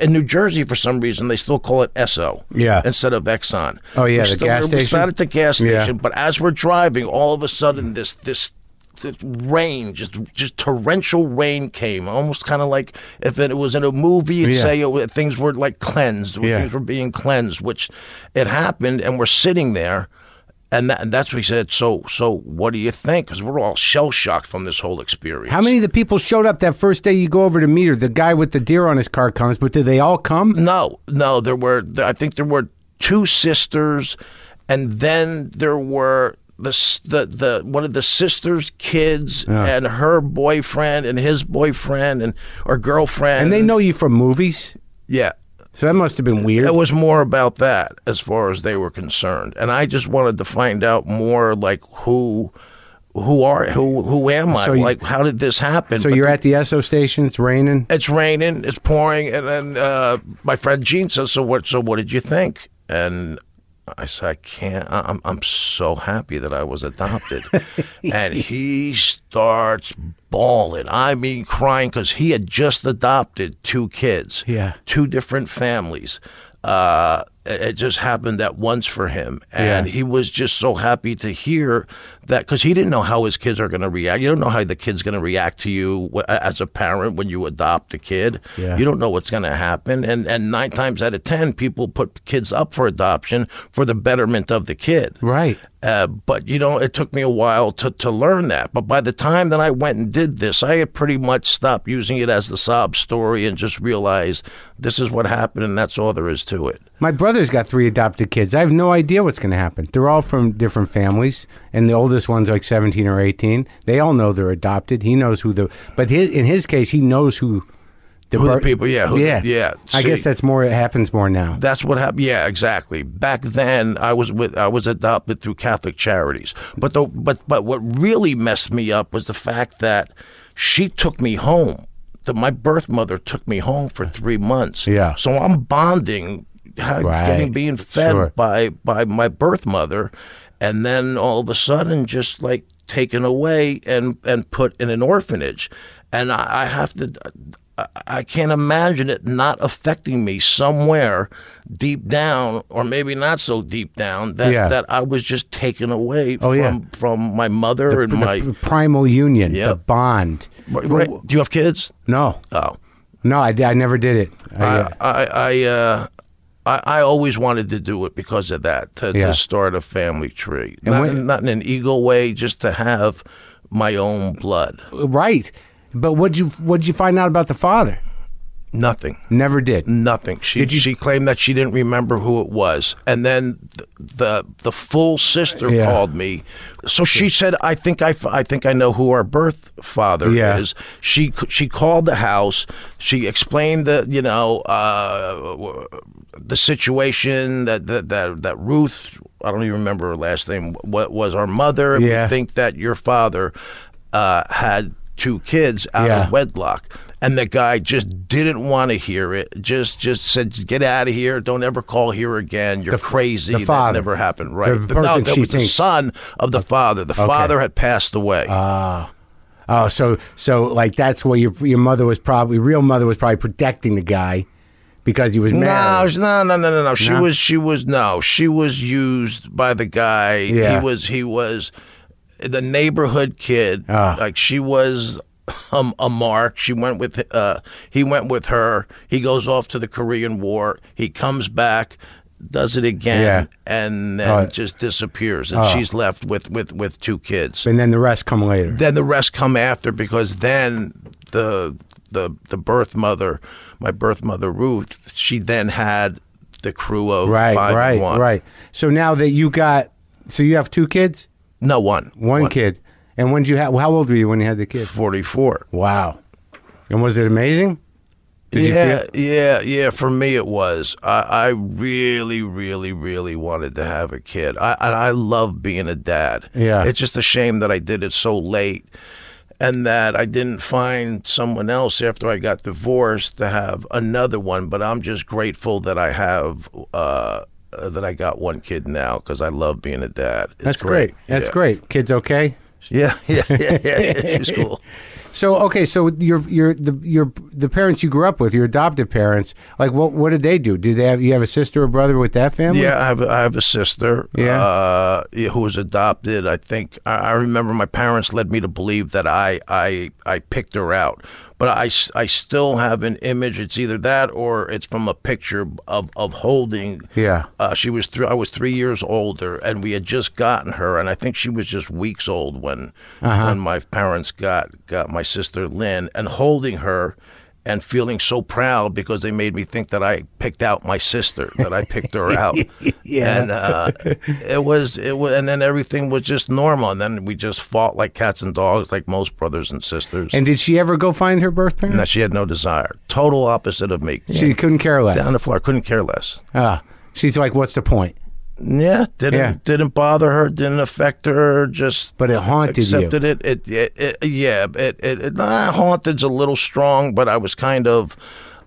In New Jersey, for some reason, they still call it Esso Yeah. instead of Exxon. Oh, yeah, We the sta- gas We station? started at the gas Yeah. station, but as we're driving, all of a sudden this this th- rain, just just torrential rain came, almost kind of like if it was in a movie, it'd Yeah. say oh, it, wa- things were like cleansed, Yeah. things were being cleansed, which it happened, and we're sitting there, and, that, and that's what he said. So, so what do you think? Because we're all shell shocked from this whole experience. How many of the people showed up that first day you go over to meet her? The guy with the deer on his car comes, but did they all come? No, no, there were. I think there were two sisters, and then there were the s- the the one of the sisters' kids and her boyfriend and his boyfriend and or girlfriend. And they know you from movies, yeah. so that must have been weird. It was more about that as far as they were concerned, and I just wanted to find out more, like who, who are who who am I? So you- like how did this happen? So But you're at the SO station. It's raining. it's raining, it's pouring, and then uh, my friend Gene says, "So what? So what did you think?" And I said, "I can't. I- I'm I'm so happy that I was adopted." and he starts bawling. I mean, crying because he had just adopted two kids. Yeah. two different families. Uh, it it just happened at once for him, and he was just so happy to hear that because he didn't know how his kids are going to react. You don't know how the kid's going to react to you wh- as a parent when you adopt a kid. You don't know what's going to happen, and and nine times out of ten, people put kids up for adoption for the betterment of the kid. Right. Uh, but you know, it took me a while to, to learn that. But by the time that I went and did this, I had pretty much stopped using it as the sob story and just realized this is what happened and that's all there is to it. My brother's got three adopted kids. I have no idea what's going to happen. They're all from different families, and the oldest one's like 17 or 18. They all know they're adopted. He knows who the, but his, in his case, he knows who the, Who the bro- people- yeah, who the- yeah, yeah, I see. guess that's more. It happens more now. That's what happened. Yeah, exactly. Back then, I was with I was adopted through Catholic Charities. But the but but what really messed me up was the fact that she took me home. That my birth mother took me home for three months. Yeah. So I'm bonding, ha- Right. getting being fed Sure. by by my birth mother, and then all of a sudden, just like taken away and and put in an orphanage, and I, I have to. I- I can't imagine it not affecting me somewhere deep down, or maybe not so deep down, that, Yeah. Oh, that I was just taken away from, yeah. from my mother and The my. pr- primal union, Yeah. the bond. Right. Do you have kids? No, Oh. no, I, I never did it. I, I, I, I, uh, I, I always wanted to do it because of that to, Yeah. to start a family tree, not, when- not in an ego way, just to have my own blood. right, but what'd you what'd you find out about the father? Nothing, Never did. nothing. She Did you- she claimed that she didn't remember who it was, and then th- the the full sister Yeah. called me. So she said, "I think I, f- I think I know who our birth father Yeah. is." She c- she called the house. She explained the you know. Uh, the situation that that that, that Ruth I don't even remember her last name what was our mother and Yeah. we think that your father uh, had two kids out Yeah. of wedlock and the guy just didn't want to hear it just just said get out of here don't ever call here again you're crazy the that father. never happened right The But no person that she was the thinks- son of the father the father had passed away Oh, so so like that's where your your mother was probably real mother was probably protecting the guy because he was No, married. she- no, no, no, no, no. She was, she was, no, she was used by the guy. Yeah. He was, he was the neighborhood kid. Ah. Like she was um, a mark. She went with, uh, he went with her. He goes off to the Korean War. He comes back, does it again, Yeah. Uh, and then just disappears. And she's left with, with, with two kids And then the rest come later. then the rest come after because then the the the birth mother, my birth mother Ruth, she then had the crew of right, five and right, one. right. So now that you got, so you have two kids, No one. one kid, and when did you have? How old were you when you had the kid? Forty four. Wow. And was it amazing? Did you yeah, yeah, yeah. For me, it was. I, I really, really, really wanted to have a kid. I, and I love being a dad. Yeah. It's just a shame that I did it so late, and that I didn't find someone else after I got divorced to have another one. But I'm just grateful that I have. Uh, uh, that I got one kid now because I love being a dad. It's That's great. That's Yeah. great. Kids okay? Yeah, yeah, yeah. yeah. It's cool. So okay, so your your the your the parents you grew up with, your adopted parents, like what what did they do? Do they have you have a sister or brother with that family? Yeah, I have, I have a sister. Yeah. Uh, yeah, who was adopted. I think I, I remember my parents led me to believe that I I I picked her out, but I, s- I still have an image. It's either that or it's from a picture of of holding. Yeah. Uh, she was three. I was three years older, and we had just gotten her, and I think she was just weeks old when when my parents got got my sister Lynn, and holding her, and feeling so proud because they made me think that I picked out my sister, that I picked her out, yeah. And uh, it was it was, and then everything was just normal, and then we just fought like cats and dogs, like most brothers and sisters. And, And did she ever go find her birth parents? that she had no desire, total opposite of me. She couldn't care less. down the floor, couldn't care less. Ah, she's like, what's the point? Yeah, didn't Yeah. didn't bother her, didn't affect her, just But it haunted accepted it. It, it, it yeah, it it, it nah, haunted's a little strong, but I was kind of.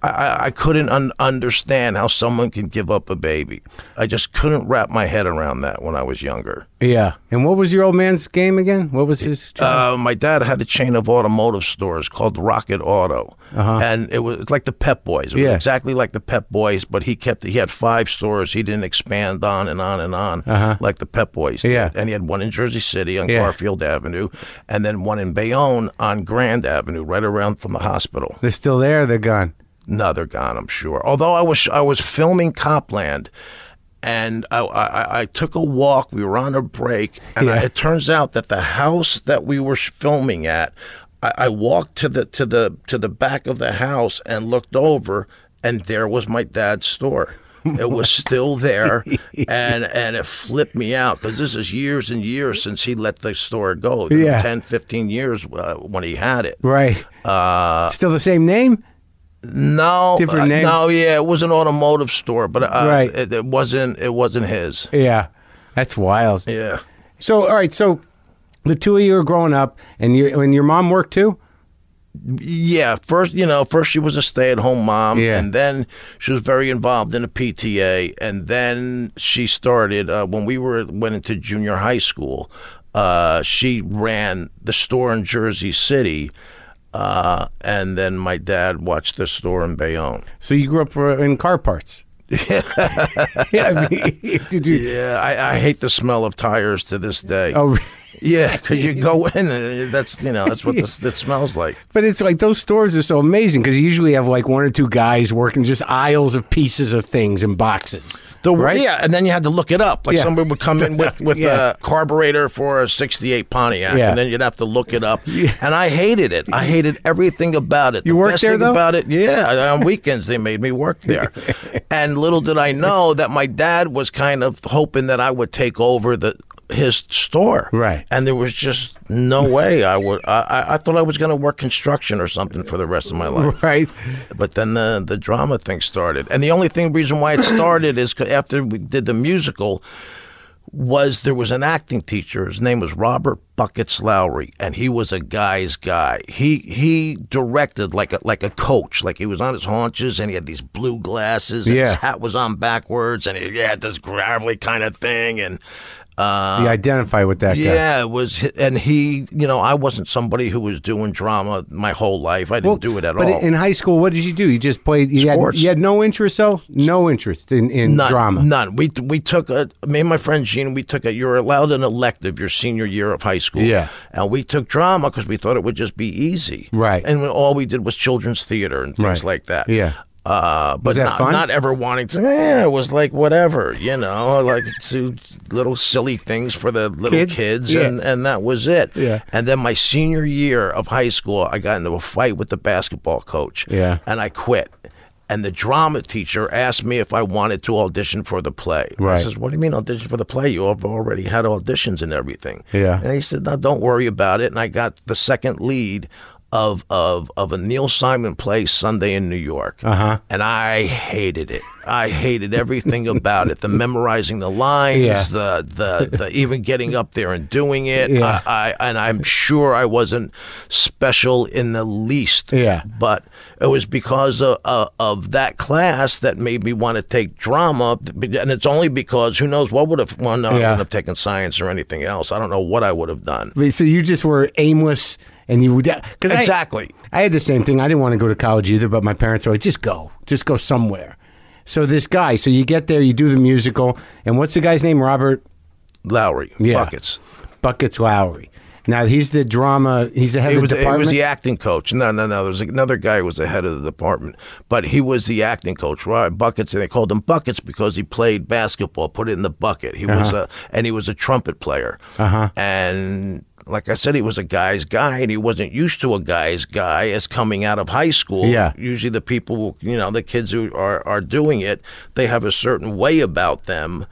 I- I, I couldn't un- understand how someone can give up a baby. I just couldn't wrap my head around that when I was younger. you. Yeah. And what was your old man's game again? What was his? job? Uh, my dad had a chain of automotive stores called Rocket Auto, and it was it's like the Pep Boys. It was Uh-huh. Yeah. exactly like the Pep Boys, but he kept he had five stores. He didn't expand on and on and on like the Pep Boys. did. Uh-huh. Yeah. and he had one in Jersey City on Yeah. Garfield Avenue, and then one in Bayonne on Grand Avenue, right around from the hospital. they're still there. They're gone. No, they're gone. I'm sure. Although I was I was filming Copland, and I I, I took a walk. We were on a break, and I, it turns out that the house that we were sh- filming at, I, I walked to the to the to the back of the house and looked over, and there was my dad's store. It was still there, and and it flipped me out because this is years and years since he let the store go. Yeah. 10, 15 years uh, when he had it. Right. Uh, still the same name? No, Different uh, name? no, yeah, it was an automotive store, but uh, Right. it, it wasn't. It wasn't his. Yeah. That's wild. Yeah, So, all right. So, the two of you are growing up, and you and your mom worked too. yeah. First, you know, first she was a stay-at-home mom, Yeah. and then she was very involved in the PTA, and then she started uh, when we were went into junior high school. Uh, she ran the store in Jersey City, uh, and then my dad watched the store in Bayonne. So you grew up uh, in car parts. yeah. I mean, did you? Yeah, I, I hate the smell of tires to this day. Oh, Yeah, because you go in and that's you know that's what this, that smells like. but it's like those stores are so amazing because you usually have like one or two guys working just aisles of pieces of things and boxes. The Right? yeah, and then you had to look it up. Like Yeah. someone would come in with with Yeah. a carburetor for a '68 Pontiac, Yeah. and then you'd have to look it up. And I hated it. I hated everything about it. You the worked best there, thing though? About it, yeah. On weekends they made me work there, and little did I know that my dad was kind of hoping that I would take over the his store. Right. And there was just no way I would. I I, I thought I was going to work construction or something for the rest of my life. Right. But then the the drama thing started, and the only thing reason why it started is 'cause after we did the musical, was there was an acting teacher. His name was Robert Buckets Lowry, and he was a guy's guy. He he directed like a like a coach, like he was on his haunches, and he had these blue glasses, and his Yeah. hat was on backwards, and he had this gravelly kind of thing, and. Uh, You identify with that guy. yeah, it was, and he, you know, I wasn't somebody who was doing drama my whole life. I didn't do it at but all. in high school, what did you do? You just played. You Sports. had you had no interest though. No interest in, in None, drama. None. We we took a me and my friend Gene. We took a. You're allowed an elective your senior year of high school. Yeah. And we took drama because we thought it would just be easy. Right. And when all we did was children's theater and things Right. like that. Yeah. Uh, but that not, fun? not ever wanting to. Yeah, it was like whatever, you know, like two little silly things for the little Kids? kids, Yeah. and and that was it. Yeah. And then my senior year of high school, I got into a fight with the basketball coach. Yeah. And I quit. And the drama teacher asked me if I wanted to audition for the play. Right. I says, What do you mean audition for the play? You have already had auditions and everything. Yeah. And he said, No, don't worry about it. And I got the second lead of of of a Neil Simon play Sunday in New York. Uh-huh. And I hated it. I hated everything about it. The memorizing the lines, Yeah. the, the the even getting up there and doing it. Yeah. I, I and I'm sure I wasn't special in the least. Yeah. But it was because of, of, of that class that made me want to take drama, and it's only because who knows what would have. Well, no, I Yeah. wouldn't have taken science or anything else. I don't know what I would have done. But So you just were aimless and you would because Exactly. I, had the same thing. I didn't want to go to college either, but my parents were like, "Just go, just go somewhere." So this guy, so you get there, you do the musical, and what's the guy's name? Robert Lowry, Yeah. buckets. Buckets Lowry. Now he's the drama. He's the head He of was, the he was department. the acting coach. No, no, no. There was another guy who was the head of the department, but he was the acting coach, right? Buckets, and they called him Buckets because he played basketball, put it in the bucket. He was Uh-huh. a and he was a trumpet player. Uh-huh. And like I said, he was a guy's guy, and he wasn't used to a guy's guy as coming out of high school. Yeah. Usually, the people, who- you know, the kids who are are doing it, they have a certain way about them.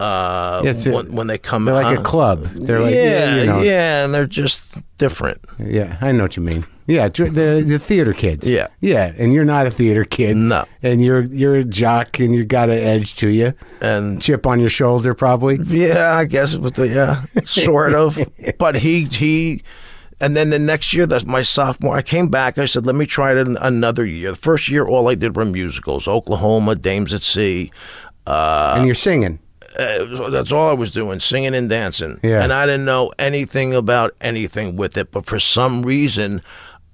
Uh, It's a- when, when they come They're like out. a club. They're like uh-huh. yeah, you know. yeah, and they're just different. Yeah, I know what you mean. Yeah, dr- the the theater kids. Yeah. yeah, and you're not a theater kid. No. and you're you're a jock, and you got an edge to you, And chip on your shoulder, probably. Yeah, I guess it was the yeah, sort of. But he he, and then the next year, that's my sophomore. I came back. I said, let me try it an- another year. The first year, all I did were musicals: Oklahoma, Dames at Sea. Uh, and you're singing. uh, that's all I was doing, singing and dancing. Yeah. And I didn't know anything about anything with it, but for some reason,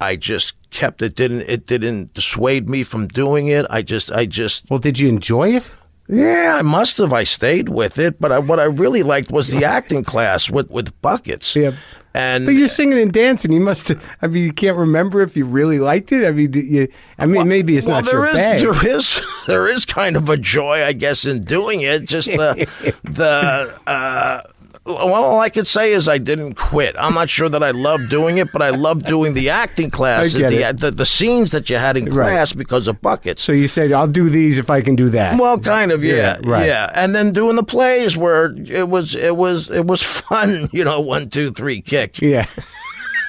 I just kept it. Didn't it? Didn't dissuade me from doing it. I just, I just Well, did you enjoy it? yeah, I must have. I stayed with it, but I, what I really liked was the acting class with with buckets. Yeah. And But you're singing and dancing. You must. I mean, you can't remember if you really liked it. I mean, did you, I mean, maybe it's well, not your there bag. is there is there is kind of a joy, I guess, in doing it. Just the the. Uh, well, all I could say is I didn't quit. I'm not sure that I love doing it, but I love doing the acting class, I get the, it. the the scenes that you had in Right. class because of buckets. so you said, "I'll do these if I can do that." Well, kind of, yeah, Yeah, yeah, right. And then doing the plays where it was, it was, it was fun. You know, one, two, three, kick. yeah,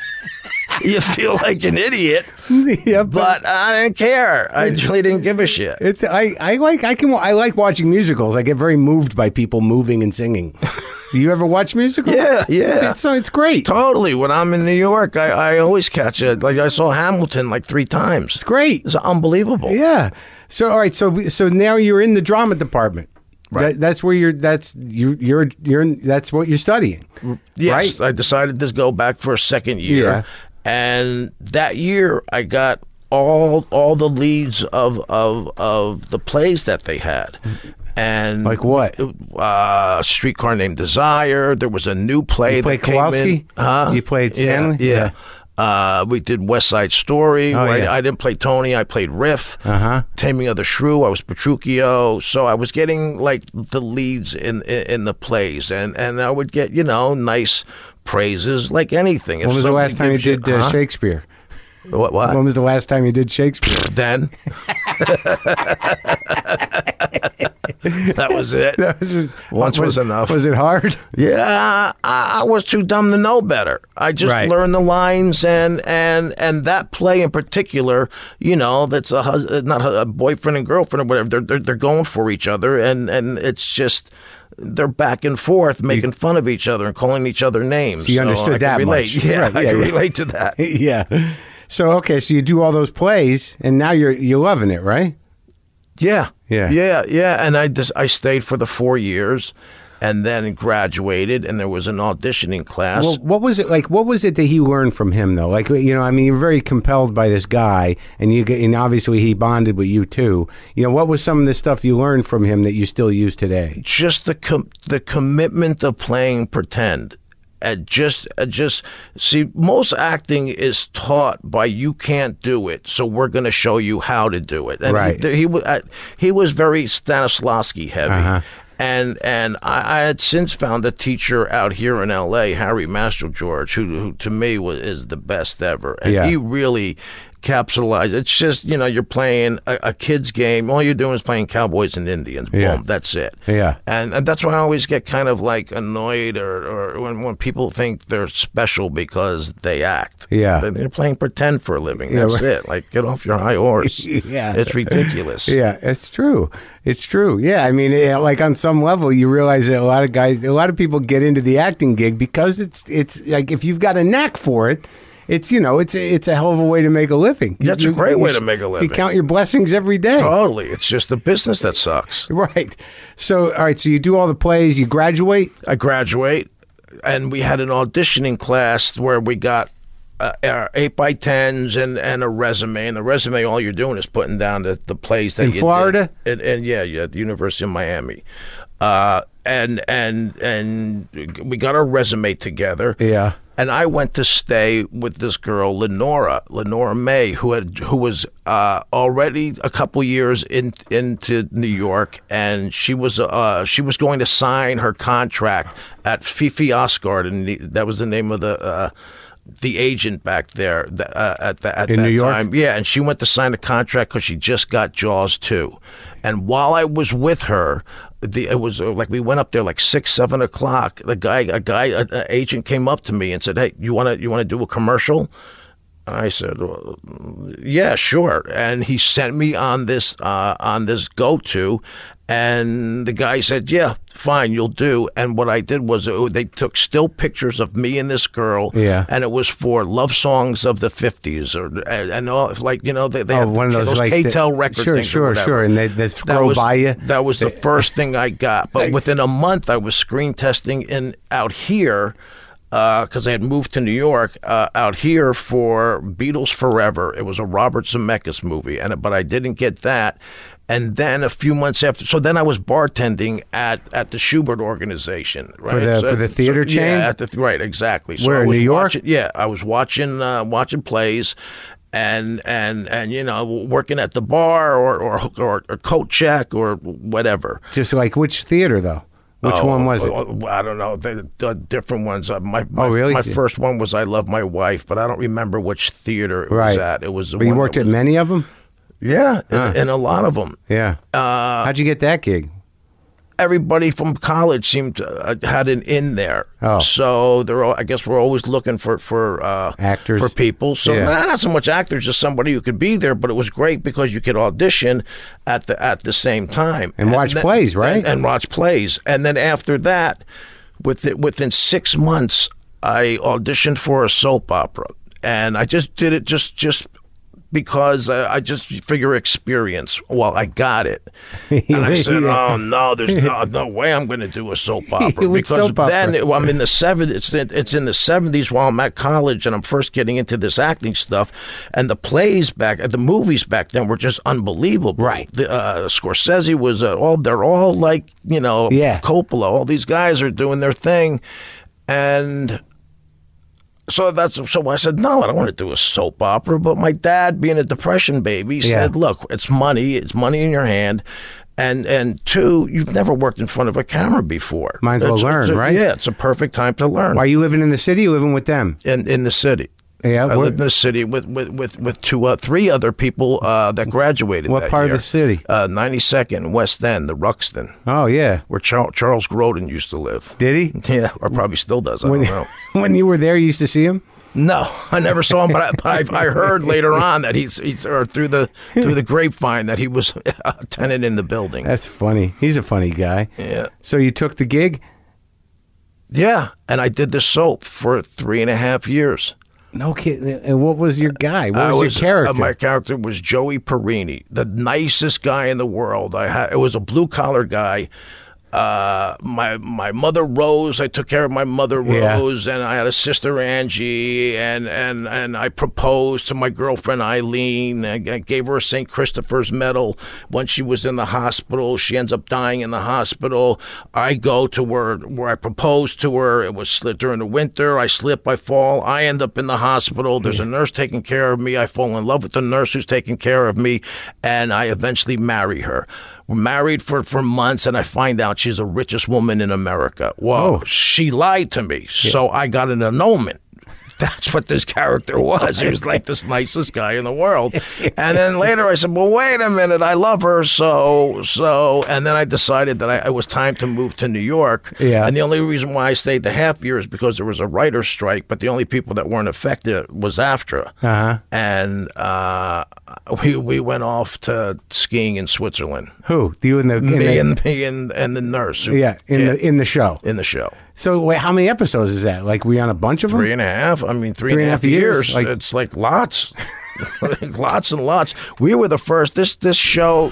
You feel like an idiot, yeah, but I didn't care. I really didn't give a shit. It's I, I like I can I like watching musicals. I get very moved by people moving and singing. Do you ever watch musicals? Yeah, yeah. It's, uh, it's great. Totally. When I'm in New York, I, I always catch it. Like I saw Hamilton like three times. It's great. It's unbelievable. Yeah. So all right. So we- so now you're in the drama department. Right. That, that's where you're. That's you. You're. You're. in- That's what you're studying. Yes, I decided to go back for a second year, Yeah. and that year I got all all the leads of of of the plays that they had, and Like what? Uh, Streetcar Named Desire. There was a new play. You played that came in. Kowalski? Huh? You played Yeah, Stanley? Oh, Yeah. Uh, we did West Side Story. where I- yeah. I, didn't play Tony. I played Riff. Uh-huh. Taming of the Shrew. I was Petruchio. So I was getting like the leads in in, in the plays, and and I would get you know nice praises like anything. If When was the somebody last time you gives did uh, huh? Shakespeare? What? what? When was the last time you did Shakespeare? then. that was it. This was- Once was enough. Was it hard? Yeah, I, I was too dumb to know better. I just Right. learned the lines, and and and that play in particular, you know, that's a hus- uh, not a, a boyfriend and girlfriend or whatever. They're, they're they're going for each other, and and it's just they're back and forth, making fun of each other and calling each other names. you So understood I could that relate. much. Yeah, Right, I yeah, can yeah. relate to that. yeah. So okay. So you do all those plays, and now you're you're loving it, right? Yeah, Yeah. yeah, yeah. And I just I stayed for the four years, and then graduated, and there was an auditioning class. Well, what was it like? What was it that he learned from him, though? Like, you know, I mean, you're very compelled by this guy, and you get, and obviously he bonded with you too. You know, what was some of the stuff you learned from him that you still use today? just the com- the commitment of playing pretend and just and just see most acting is taught by you can't do it so we're going to show you how to do it and Right. he, he, wa- uh, he was very Stanislavski heavy Uh-huh. and and I, I had since found a teacher out here in LA Harry Master George who, who to me was is the best ever and Yeah. he really capitalized it's just you know you're playing a, a kid's game all you're doing is playing cowboys and Indians boom Yeah. that's it Yeah. and, and that's why I always get kind of like annoyed or, or when, when people think they're special because they act. Yeah. They- They're playing pretend for a living. That's it. Like, get off your high horse. Yeah. It's ridiculous. Yeah, it's true. It's true. Yeah, I mean, yeah, like on some level, you realize that a lot of guys, a lot of people get into the acting gig because it's it's like if you've got a knack for it. It's you know it's it's a hell of a way to make a living. That's a You- great you way sh- to make a You living. count your blessings every day. Totally. It's just the business that sucks. Right. So, all right. So you do all the plays. You graduate. I graduate, and we had an auditioning class where we got uh, are eight by tens and, and a resume. And the resume, all you're doing is putting down the, the plays that In you Florida? did. and, and yeah, yeah, at the University of Miami. Uh, and and and we got our resume together. Yeah. And I went to stay with this girl, Lenora, Lenora May, who had who was uh, already a couple years in, into New York, and she was uh, she was going to sign her contract at Fifi Osgard, and the, that was the name of the. Uh, the agent back there th- uh, at, the, at In that New York? time, yeah, and she went to sign a contract because she just got Jaws too. And while I was with her, the, it was uh, like we went up there like six, seven o'clock. The guy, a guy, a, a agent came up to me and said, "Hey, you want to you want to do a commercial?" And I said, well, "Yeah, sure." And he sent me on this uh, on this go to, and the guy said, "Yeah, fine, you'll do." And what I did was uh, they took still pictures of me and this girl, Yeah. and it was for love songs of the fifties or and, and all like you know they, they Oh, have one of those, those like, K-Tel the- record sure, things or sure, whatever. sure, and they- they that scroll was, by you. That was the first thing I got. But within a month, I was screen testing in out here because I had moved to New York. Uh, out here for Beatles Forever. It was a Robert Zemeckis movie, and but I didn't get that. And then a few months after, so then I was bartending at, at the Schubert organization, right? the- So- for the theater so- chain? yeah, at the, right, exactly. So Where, I in was New York? watching- yeah, I was watching uh, watching plays, and and and you know working at the bar or or or, or coat check or whatever. Just like which theater though? Which Oh, one was it? oh, I don't know. The, the different ones. Uh, My, my Oh, really? My first one was I Love My Wife, but I don't remember which theater it was Right. at. It was. the But you one worked that at was- many of them. Yeah, in, in a lot of them. Yeah. Uh, How'd you get that gig? everybody from college seemed to, uh, had an in there. Oh. So they're all, I guess we're always looking for for uh, Actors. for people. So Yeah. nah, not so much actors, just somebody who could be there. But it was great because you could audition at the at the same time And watch then- plays, right? And, and watch plays. And then after that, with within six months, I auditioned for a soap opera, and I just did it just just. Because I, I just figure experience. Well, I got it, and I said, "Oh no, there's no, no way I'm going to do a soap opera." With Because soap opera. then it- well, I'm in the seventies. It's in, it's in the seventies while I'm at college, and I'm first getting into this acting stuff, and the plays back, the movies back then were just unbelievable. Right. The, uh, Scorsese was uh, all. They're all like you know, Yeah. Coppola. All these guys are doing their thing, and so that's so I said no, I don't want to do a soap opera. But my dad, being a depression baby, said, "Look, it's money. It's money in your hand." And and two, you've never worked in front of a camera before. Might as well It's- learn, it's a- right? Yeah, it's a perfect time to learn. Are you living in the city? Or living with them? In in the city. Yeah, I where- lived in the city with with with, with two uh, three other people uh, that graduated. What that part of year. the city? Uh, 92nd West End, the Ruxton, Oh yeah. where Charles, Charles Grodin used to live. Did he? Yeah, or probably still does. I When- don't know. when you were there, you used to see him. No, I never saw him, but I, but I, I heard later on that he's, he's or through the through the grapevine that he was a tenant in the building. That's funny. He's a funny guy. Yeah, So you took the gig? yeah, and I did the soap for three and a half years. No kidding. And what was your guy? What I was, your character? uh, my character was Joey Perini, the nicest guy in the world. I had it was a blue collar guy. Uh, my my mother Rose, I took care of my mother Yeah. Rose, and I had a sister Angie, and and and I proposed to my girlfriend Eileen. I I gave her a St. Christopher's medal when she was in the hospital. She ends up dying in the hospital. I go to where where I proposed to her. It was sli- during the winter. I slip, I fall. I end up in the hospital. There's a nurse taking care of me. I fall in love with the nurse who's taking care of me, and I eventually marry her. We're married for, for months, and I find out she's the richest woman in America. Oh. Well, she lied to me, so I got an annulment. That's what this character was. He was like this nicest guy in the world. And then later I said, "Well, wait a minute, I love her." So, so, and then I decided that I, it was time to move to New York. Yeah. And the only reason why I stayed the half year is because there was a writer's strike, but the only people that weren't affected was AFTRA. Uh-huh. And uh, we we went off to skiing in Switzerland. Who? You in the, in me the- and me and, and the nurse. who- yeah in the in the show. in the show. So wait, how many episodes is that? Like we on a bunch of Three them? and a half. I mean, three and a half years. like- it's like lots, Like, lots and lots. We were the first. This this show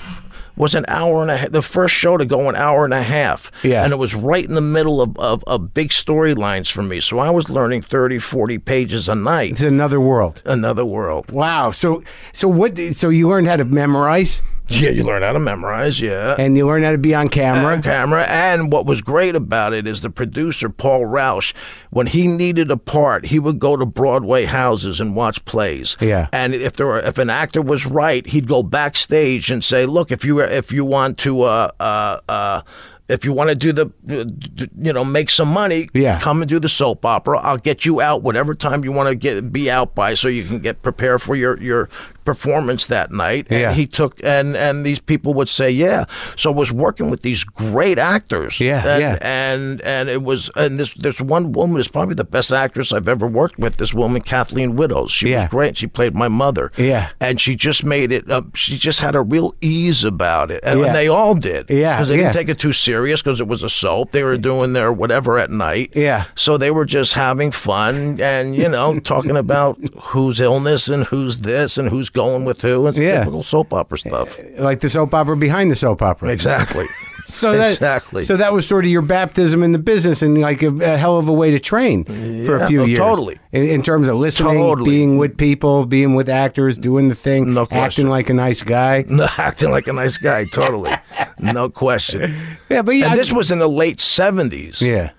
was an hour and a half, the first show to go an hour and a half. Yeah. And it was right in the middle of, of, of big storylines for me. So I was learning 30, 40 pages a night. It's another world. Another world. Wow. So so what? So you learned how to memorize, Yeah, you learn how to memorize, yeah. and you learned how to be on camera. on camera. And what was great about it is the producer, Paul Roush, when he needed a part, he would go to Broadway houses and watch plays. Yeah. And if there were, if an actor was right, he'd go backstage and say, "Look, if you if you want to." Uh, uh, uh, if you want to do the, uh, d- you know, make some money, Yeah. come and do the soap opera. I'll get you out whatever time you want to get be out by, so you can get prepared for your your performance that night. And Yeah. he took and and these people would say yeah so i was working with these great actors Yeah, and, yeah. and and it was and this this one woman is probably the best actress i've ever worked with this woman kathleen widows she Yeah. was great she played my mother Yeah. and she just made it uh, she just had a real ease about it and, Yeah. they all did Yeah, because they yeah. didn't take it too serious because it was a soap they were doing their whatever at night Yeah. so they were just having fun and you know talking about who's illness and who's this and who's going with who and Yeah. typical soap opera stuff. like the soap opera behind the soap opera. Exactly. So that, exactly. So that was sort of your baptism in the business, and like a, a hell of a way to train for a Yeah, few no, years. totally. In, in terms of listening, Totally. being with people, being with actors, doing the thing, No acting question. like a nice guy. no, acting like a nice guy, totally, no question. Yeah, but yeah, And I- this was in the late seventies. yeah,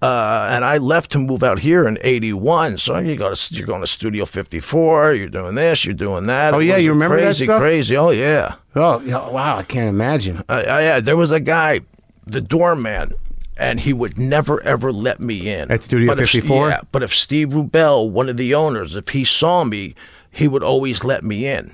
uh, and I left to move out here in '81. So you got to, you're going to Studio 54. You're doing this. You're doing that. Oh, It yeah, was you remember that crazy, stuff? Crazy, Oh yeah. oh yeah, wow, I can't imagine. Uh, yeah, there was a guy, the doorman, and he would never ever let me in. At Studio But if- 54? yeah, but if Steve Rubel, one of the owners, if he saw me, he would always let me in.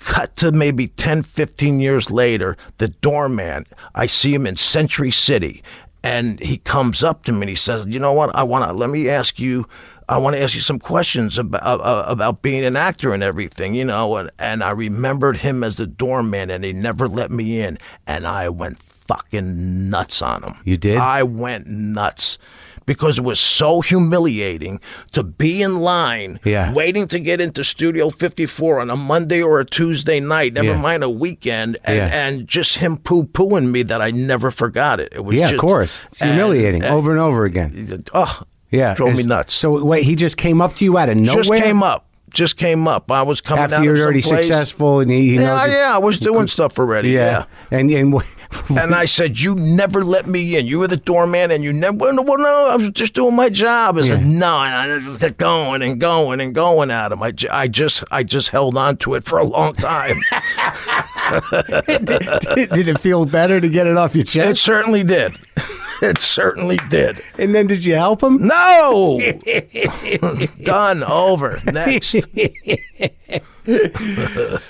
Cut to maybe 10, 15 years later, the doorman, I see him in Century City, and he comes up to me and he says, You know what? I want to let me ask you. I want to ask you some questions about uh, about being an actor and everything, you know. And, and I remembered him as the doorman, and he never let me in, and I went fucking nuts on him. You did? I went nuts because it was so humiliating to be in line, Yeah. waiting to get into Studio 54 on a Monday or a Tuesday night, never Yeah. mind a weekend, and, Yeah. and just him poo pooing me that I never forgot it. It was Yeah, just, of course, it's and- humiliating over and over again. and- oh, Yeah, drove me it's- nuts. So wait, he just came up to you out of nowhere. just came up, just came up. I was coming after out you're of already someplace. successful, and he, he knows. Yeah, you- yeah, I was doing stuff already. yeah. yeah. And and what- And I said, "You never let me in. You were the doorman, and you never. Well, no, well, no, I was just doing my job." I said, "No," and I just kept going and going and going at him. I, ju- I just, I just held on to it for a long time. did, did it feel better to get it off your it chest? certainly did. It certainly did. And then did you help him? No, done. Over. Next.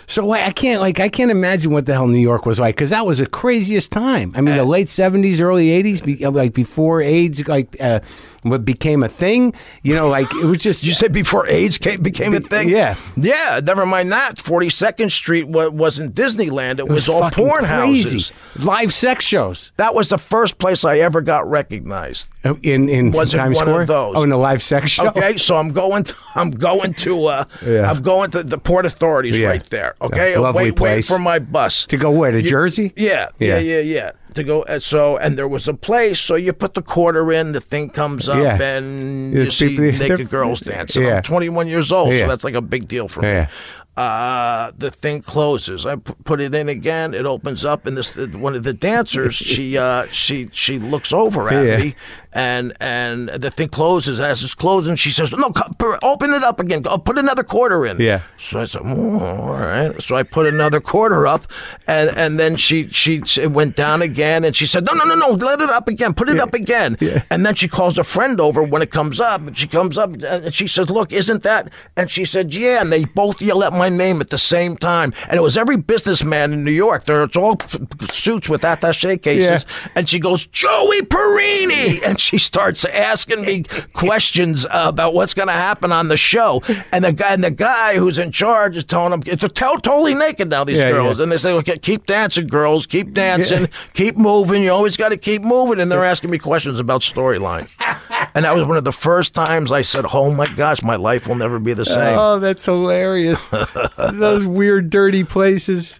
So I, I can't like I can't imagine what the hell New York was like because that was the craziest time. I mean, Uh, the late seventies, early eighties, be, uh, like before AIDS, like uh, what became a thing. You know, like it was just You said before AIDS came, became a thing. Yeah. yeah. Never mind that. Forty Second Street wa- wasn't Disneyland. It, was, all fucking porn crazy. houses. live sex shows That was the first place I ever got recognized. in in Was it Times one of Square. those? Oh, in a live sex show. Okay, so I'm going. To, I'm going to. Uh, Yeah. I'm going to the port authorities Yeah. right there. Okay, Yeah, lovely wait, place. wait for my bus To go where to You- Jersey? Yeah, Yeah. yeah, yeah, yeah. To go and so and there was a place. So you put the quarter in, the thing comes up, Yeah. and There's you see people- they're- naked girls dancing. Yeah. I'm 21 years old, Yeah. so that's like a big deal for Yeah. me. Uh, the thing closes. I p- put it in again. It opens up, and this one of the dancers. She uh, she she looks over at Yeah. me, and and the thing closes. As it's closing, she says, "No, co- p- open it up again. Go- Put another quarter in." Yeah. So I said, "Oh, all right. So I put another quarter up, and and then she she it went down again, and she said, "No, no, no, no. Let it up again. Put it up again." And then she calls a friend over when it comes up, and she comes up and she says, "Look, isn't that?" And she said, "Yeah." And they both yell at my name at the same time, and it was every businessman in New York. There, it's all suits with attaché cases, and she goes, "Joey Perini," and she starts asking me questions about what's going to happen on the show, and the guy and the guy who's in charge is telling them they're to- totally naked now. These Yeah, girls, yeah. and they say, "Okay, keep dancing, girls, keep dancing, keep moving. You always got to keep moving." And they're asking me questions about storyline, And that was one of the first times I said, "Oh my gosh, my life will never be the same." Uh, Oh, that's hilarious. Those weird, dirty places.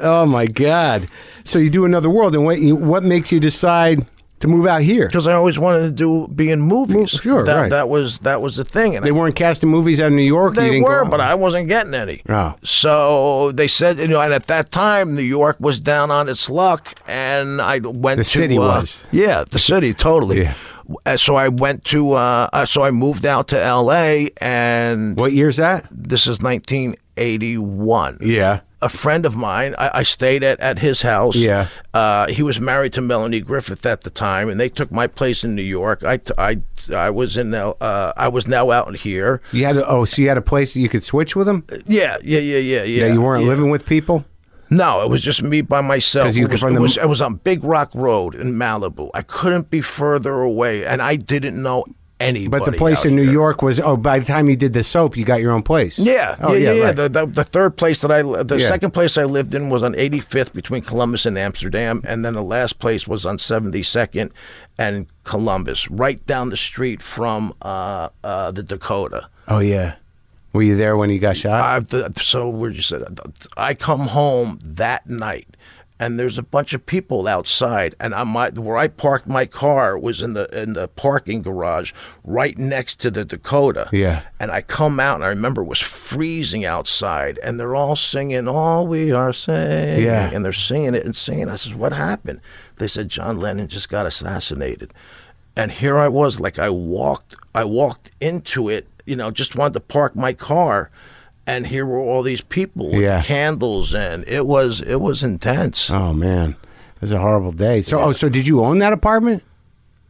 oh, my God. So you do another world, and what you, what makes you decide to move out here? because I always wanted to do be in movies. sure, that, right. that was that was the thing. And They I- weren't casting movies out of New York. they were, but I wasn't getting any. Oh. So they said, you know, and at that time, New York was down on its luck, and I went. The to, city uh, was. Yeah, the city totally. Yeah. Uh, So I went to. Uh, uh, so I moved out to L.A. and what year's that? this is 1981. Yeah. A friend of mine, I, I stayed at, at his house. Yeah. Uh, he was married to Melanie Griffith at the time, and they took my place in New York. I, t- I, I was in, L- uh, I was now out here. You had a, oh, so you had a place that you could switch with them. Yeah, yeah, yeah, yeah, yeah. Yeah, you weren't yeah. living with people. No, it was just me by myself. 'Cause you it, was, from it the- was- it was on Big Rock Road in Malibu. I couldn't be further away, and I didn't know anybody. But the place out in New here. York was oh. By the time you did the soap, you got your own place. Yeah, Oh yeah, yeah. yeah. right. The, the, the third place that I, li- the Yeah. second place I lived in was on 85th between Columbus and Amsterdam, and then the last place was on 72nd and Columbus, right down the street from uh, uh, the Dakota. oh yeah. Were you there when he got shot? I, the, so we're just. I come home that night, and there's a bunch of people outside, and I my where I parked my car was in the in the parking garage right next to the Dakota. Yeah. And I come out, and I remember it was freezing outside, and they're all singing "All We Are Saying," Yeah. and they're singing it and singing. I says, "What happened?" They said John Lennon just got assassinated, and here I was, like I walked, I walked into it, you know, just wanted to park my car, and here were all these people with Yeah. candles, and it was it was intense. oh man, it was a horrible day. So oh, so did you own that apartment?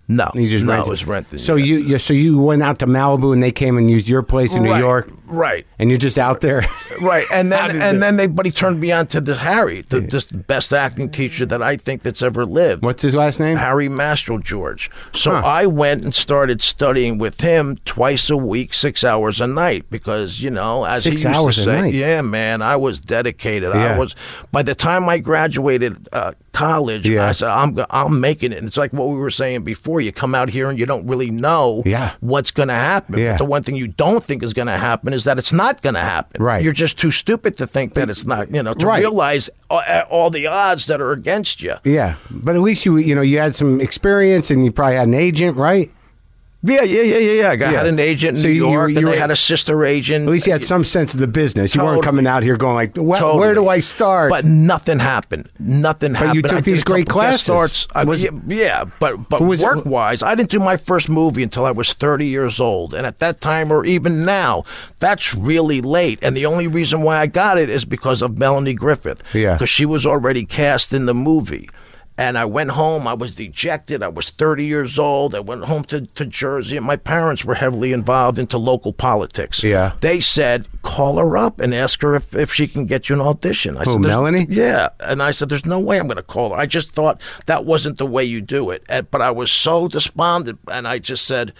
no, You just no, rented. it was rented. So yeah. you, you so you went out to Malibu and they came and used your place in New Right, York, right? and you're just out there. Right, and then and then they, but he turned me on to the Harry, the this best acting teacher that I think that's ever lived. What's his last name? Harry Mastro George. So I went and started studying with him twice a week, six hours a night, because you know, as Six he used hours a to say, night. yeah, man, I was dedicated. Yeah. I was. By the time I graduated uh, college, Yeah. I said, "I'm go- I'm making it." And it's like what we were saying before: you come out here and you don't really know Yeah. what's going to happen. Yeah. But the one thing you don't think is going to happen is that it's not going to happen. Right. You're just too stupid to think that it's not. You know, to Right. realize all, all the odds that are against you. yeah, but at least you you know you had some experience and you probably had an agent, right? Yeah, yeah, yeah, yeah, yeah. I got, had an agent in So New you- you York, were- you and were- they had a sister agent. At least you had some sense of the business. You weren't Totally. coming out here going like, "Wh- Totally. where do I start? But nothing happened. Nothing happened. you took I did these a couple great guest classes. starts. I, Was- yeah, yeah, but but was it- work wise, I didn't do my first movie until I was thirty years old, and at that time, or even now, that's really late. And the only reason why I got it is because of Melanie Griffith. Yeah. because she was already cast in the movie. And I went home. I was dejected. I was 30 years old. I went home to, to Jersey, and my parents were heavily involved into local politics. Yeah. They said, call her up and ask her if, if she can get you an audition. I Who, said, "There's- Melanie? Yeah. And I said, there's no way I'm going to call her. I just thought that wasn't the way you do it. And, but I was so despondent, and I just said,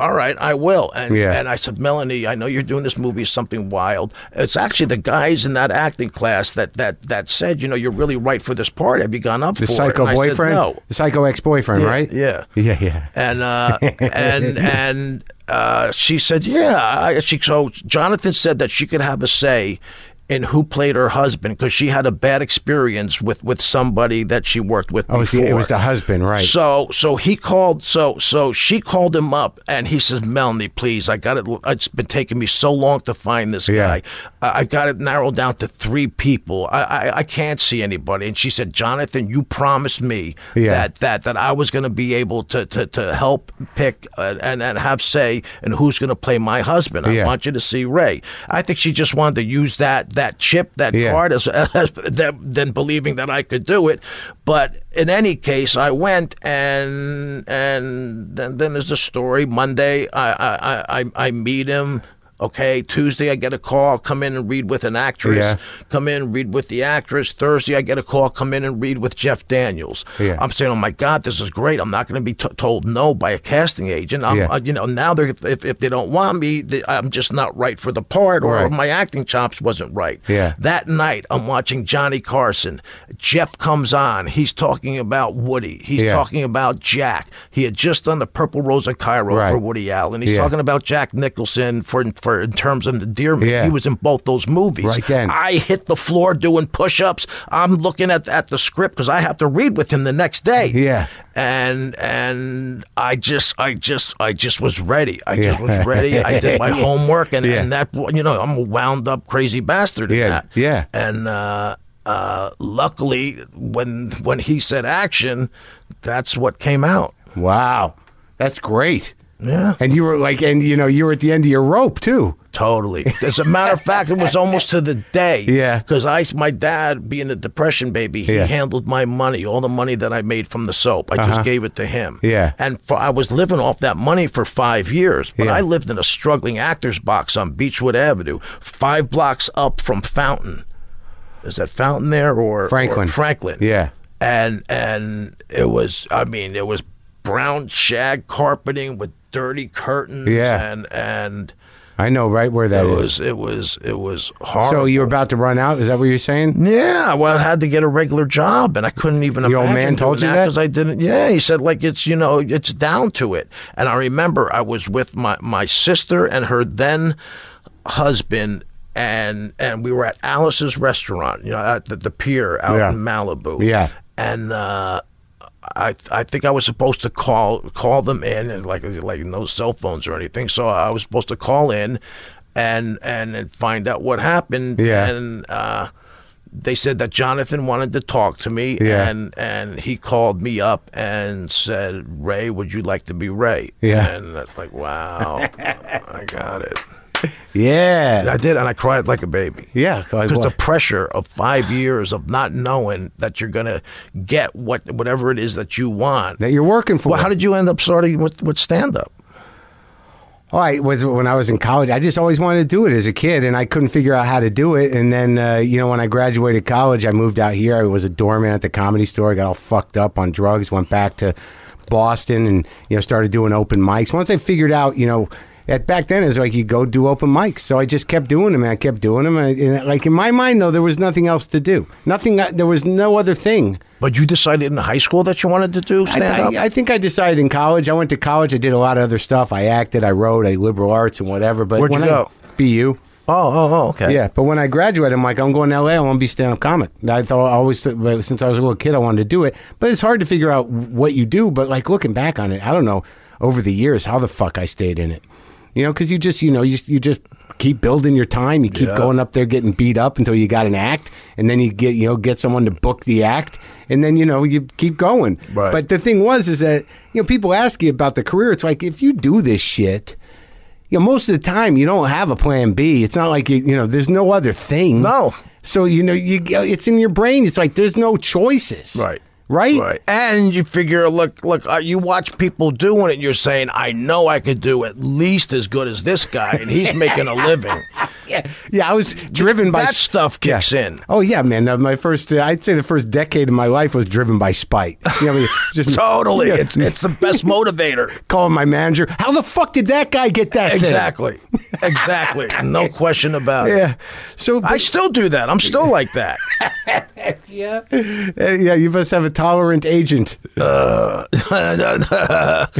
all right, I will. And, Yeah. and I said, Melanie, I know you're doing this movie something wild. It's actually the guys in that acting class that that that said, you know, you're really right for this part. Have you gone up the for psycho it? And I said, boyfriend, no. the psycho ex boyfriend, right? Yeah yeah, yeah. and uh, and and uh, she said, "Yeah." I, she so Jonathan said that she could have a say in who played her husband because she had a bad experience with with somebody that she worked with Oh, it was before. the, it was the husband, right? So so he called so so she called him up and he says, Melanie, please, I got it it's been taking me so long to find this Yeah. guy. I, I've got it narrowed down to three people. I, I I can't see anybody. And she said, Jonathan, you promised me Yeah. that that that I was gonna be able to to, to help pick uh, and, and have say in who's gonna play my husband. I Yeah. want you to see Ray. I think she just wanted to use that that chip, that Yeah. card as, as than, than believing that I could do it. But in any case, I went and and then, then there's the story. Monday, I I I, I- I meet him. Okay, Tuesday I get a call, come in and read with an actress. Yeah. Come in, read with the actress. Thursday I get a call, come in and read with Jeff Daniels. Yeah. I'm saying, oh my God, this is great. I'm not going to be t- told no by a casting agent. I'm, Yeah. uh, you know, now they're if, if they don't want me, they, I'm just not right for the part, or Right. my acting chops wasn't right. Yeah. That night I'm watching Johnny Carson. Jeff comes on. He's talking about Woody. He's Yeah. talking about Jack. He had just done the Purple Rose of Cairo Right. for Woody Allen. He's Yeah. talking about Jack Nicholson for for in terms of the Deerman. Yeah. He was in both those movies. Right then. I hit the floor doing push-ups. I'm looking at at the script because I have to read with him the next day. Yeah. And and I just I just I just was ready. I just was ready. I did my homework and, Yeah. and that you know I'm a wound up crazy bastard. in Yeah. that. Yeah. And uh, uh, luckily when when he said action, that's what came out. Wow, that's great. Yeah. And you were like, and you know, you were at the end of your rope too. Totally. As a matter of fact, it was almost to the day. Yeah. Because I, my dad, being a depression baby, he Yeah. Uh-huh. handled my money, all the money that I made from the soap. I just gave it to him. Yeah. And for, I was living off that money for five years. But I lived in a struggling actor's box on Beechwood Avenue, five blocks up from Fountain. Is that Fountain there or or Franklin. Franklin. Yeah. And and it was, I mean, it was brown shag carpeting with dirty curtains. Yeah. And and I know right where that it is. was it was it was hard. So you were about to run out. Is that what you're saying? yeah, well, I had to get a regular job, and I couldn't even. Your old imagine man told doing you that? because I didn't. Yeah, he said like it's you know it's down to it, and I remember I was with my my sister and her then husband. And and we were at Alice's restaurant, you know, at the, the pier out Yeah. in Malibu. Yeah. and uh, I I think I was supposed to call call them in, and like like no cell phones or anything. So I was supposed to call in, and and, and find out what happened. Yeah. and uh, they said that Jonathan wanted to talk to me. Yeah. and and he called me up and said, Ray, would you like to be Ray? Yeah. and that's like wow, I got it. Yeah. I did, and I cried like a baby. yeah. Because the pressure of five years of not knowing that you're gonna get what whatever it is that you want. that you're working for. Well, how did you end up starting with, with stand up? Oh, I was when I was in college. I just always wanted to do it as a kid, and I couldn't figure out how to do it. And then, uh, you know, when I graduated college, I moved out here. I was a doorman at the comedy store. I got all fucked up on drugs. Went back to Boston, and you know, started doing open mics. Once I figured out, you know. At back then, it was like you go do open mics. So I just kept doing them, and I kept doing them. And, and like in my mind, though, there was nothing else to do. Nothing. uh, There was no other thing. But you decided in high school that you wanted to do stand I, up. I, I think I decided in college. I went to college. I did a lot of other stuff. I acted. I wrote. I liberal arts and whatever. But Where'd you when go? I, BU. Oh, oh, oh, okay. Yeah, but when I graduated, I'm like, I'm going to LA. I want to be stand up comic. I thought I always thought- but since I was a little kid, I wanted to do it. But it's hard to figure out what you do. But like looking back on it, I don't know over the years how the fuck I stayed in it. You know, because you just you know you you just keep building your time. You keep going up there getting beat up until you got an act, and then you get you know get someone to book the act, and then you know you keep going. Right. But the thing was is that you know people ask you about the career. It's like if you do this shit you know, most of the time you don't have a plan B. It's not like you, you know, there's no other thing. No. So you know, you it's in your brain. It's like there's no choices. Right. Right. Right. And you figure, look, look, uh, you watch people doing it, and you're saying, I know I could do at least as good as this guy, and he's making a living. Yeah. Yeah. I was driven by that stuff kicks Yeah. in. Oh yeah, man. Uh, my first, uh, I'd say the first decade of my life was driven by spite. You know, I mean, just Totally. Yeah. It's, it's the best motivator. calling my manager. How the fuck did that guy get that? thing?" Exactly. Exactly. No question about it. Yeah. So I still do that. I'm still like that. yeah, Uh, yeah. You must have a tolerant agent.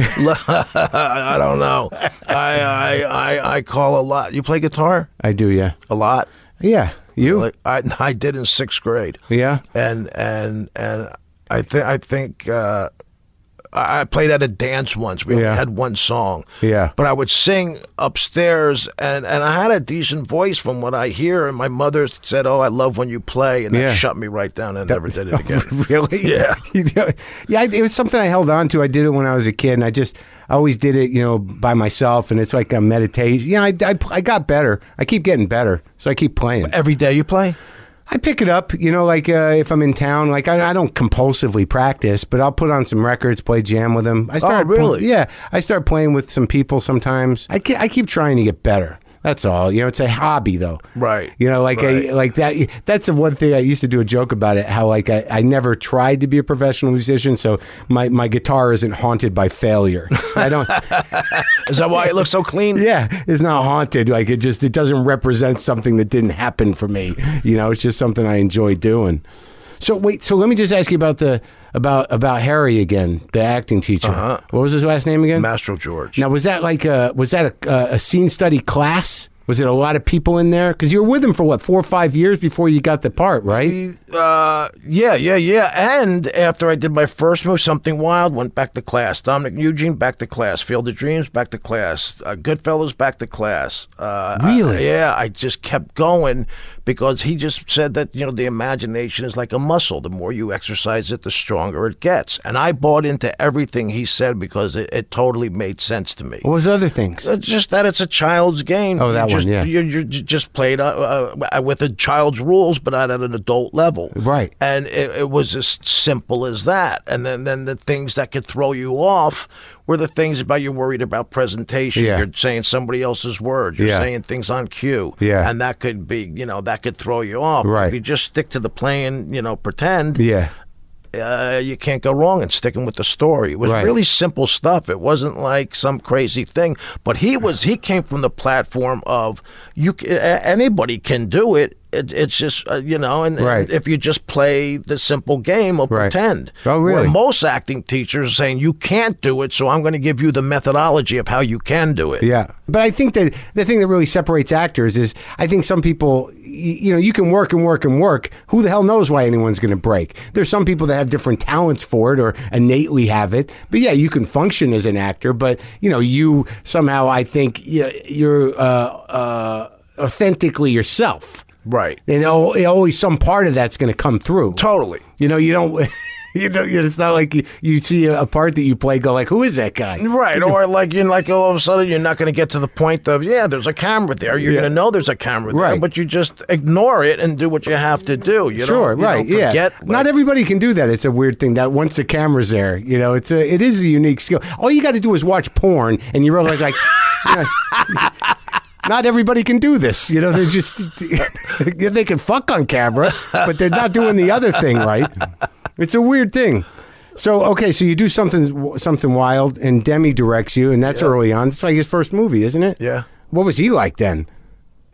I don't know. I, I I I call a lot. You play guitar I do. Yeah. a lot. Yeah. You. Like I I did in sixth grade. yeah. And and and I think I think uh, I I played at a dance once. We Yeah. only had one song. Yeah. But I would sing upstairs, and and I had a decent voice from what I hear. And my mother said, "Oh, I love when you play," and that Yeah. shut me right down. and I never did it again. really? Yeah. You know, yeah, it was something I held on to. I did it when I was a kid, and I just I always did it, you know, by myself, and it's like a meditation. Yeah, I, I, I got better. I keep getting better, so I keep playing. Every day you play. I pick it up, you know, like uh, if I'm in town, like I, I don't compulsively practice, but I'll put on some records, play jam with them. I start, Oh, really? yeah, I start playing with some people sometimes. I, ke- I keep trying to get better. That's all. You know, it's a hobby though. Right. You know, like I Right. like that. That's the one thing I used to do a joke about it. How like I, I never tried to be a professional musician, so my my guitar isn't haunted by failure. I don't. Is that why it looks so clean? Yeah, it's not haunted. Like it just it doesn't represent something that didn't happen for me. You know, it's just something I enjoy doing. So wait, so let me just ask you about the about about Harry again, the acting teacher. What was his last name again? Mastro George. now was that like a was that a, a scene study class? Was it a lot of people in there? Because you were with him for what four or five years before you got the part, right? Uh, yeah, yeah, yeah. And after I did my first move, something wild, went back to class. Dominic Eugene back to class. Field of Dreams back to class. Uh, Goodfellas back to class. Uh, I- Really? yeah, I just kept going because he just said that you know the imagination is like a muscle. The more you exercise it, the stronger it gets. And I bought into everything he said because it, it totally made sense to me. What was other things? It's just that it's a child's game. Oh, that you just, one, yeah. You, you you just played uh, uh, with a child's rules, but not at an adult level. Right. And it, it was as simple as that. And then, then the things that could throw you off were the things about you're worried about presentation. Yeah. You're saying somebody else's words. You're Yeah. saying things on cue. Yeah. And that could be, you know, that could throw you off. Right. If you just stick to the plan, you know, pretend Yeah, uh, you can't go wrong in sticking with the story. It was Right. really simple stuff. It wasn't like some crazy thing. But he was he came from the platform of you c- a- anybody can do it. it it's just uh, you know, and, and Right. if you just play the simple game of Right. pretend. Oh, Where really? most acting teachers are saying you can't do it, so I'm going to give you the methodology of how you can do it. Yeah, but I think that the thing that really separates actors is I think some people, y- you know, you can work and work and work. Who the hell knows why anyone's going to break? There's some people that have different talents for it or innately have it. But yeah, you can function as an actor, but you know, you somehow I think y- you're uh, uh, authentically yourself. Right. You know, always some part of that's going to come through. Totally. You know, you don't. You don't. you know, It's not like you, you see a part that you play, go like, "Who is that guy?" Right, or like you like all of a sudden you're not going to get to the point of yeah, there's a camera there. You're Yeah. going to know there's a camera there, Right. but you just ignore it and do what you have to do. You Sure, don't, you right, Don't forget, yeah. Not everybody can do that. It's a weird thing that once the camera's there, you know, it's a it is a unique skill. All you got to do is watch porn, and you realize like. you know, Not everybody can do this, you know. They're just they can fuck on camera, but they're not doing the other thing right. It's a weird thing. So okay, so you do something something wild, and Demi directs you, and that's early on. It's like his first movie, isn't it? Yeah. What was he like then?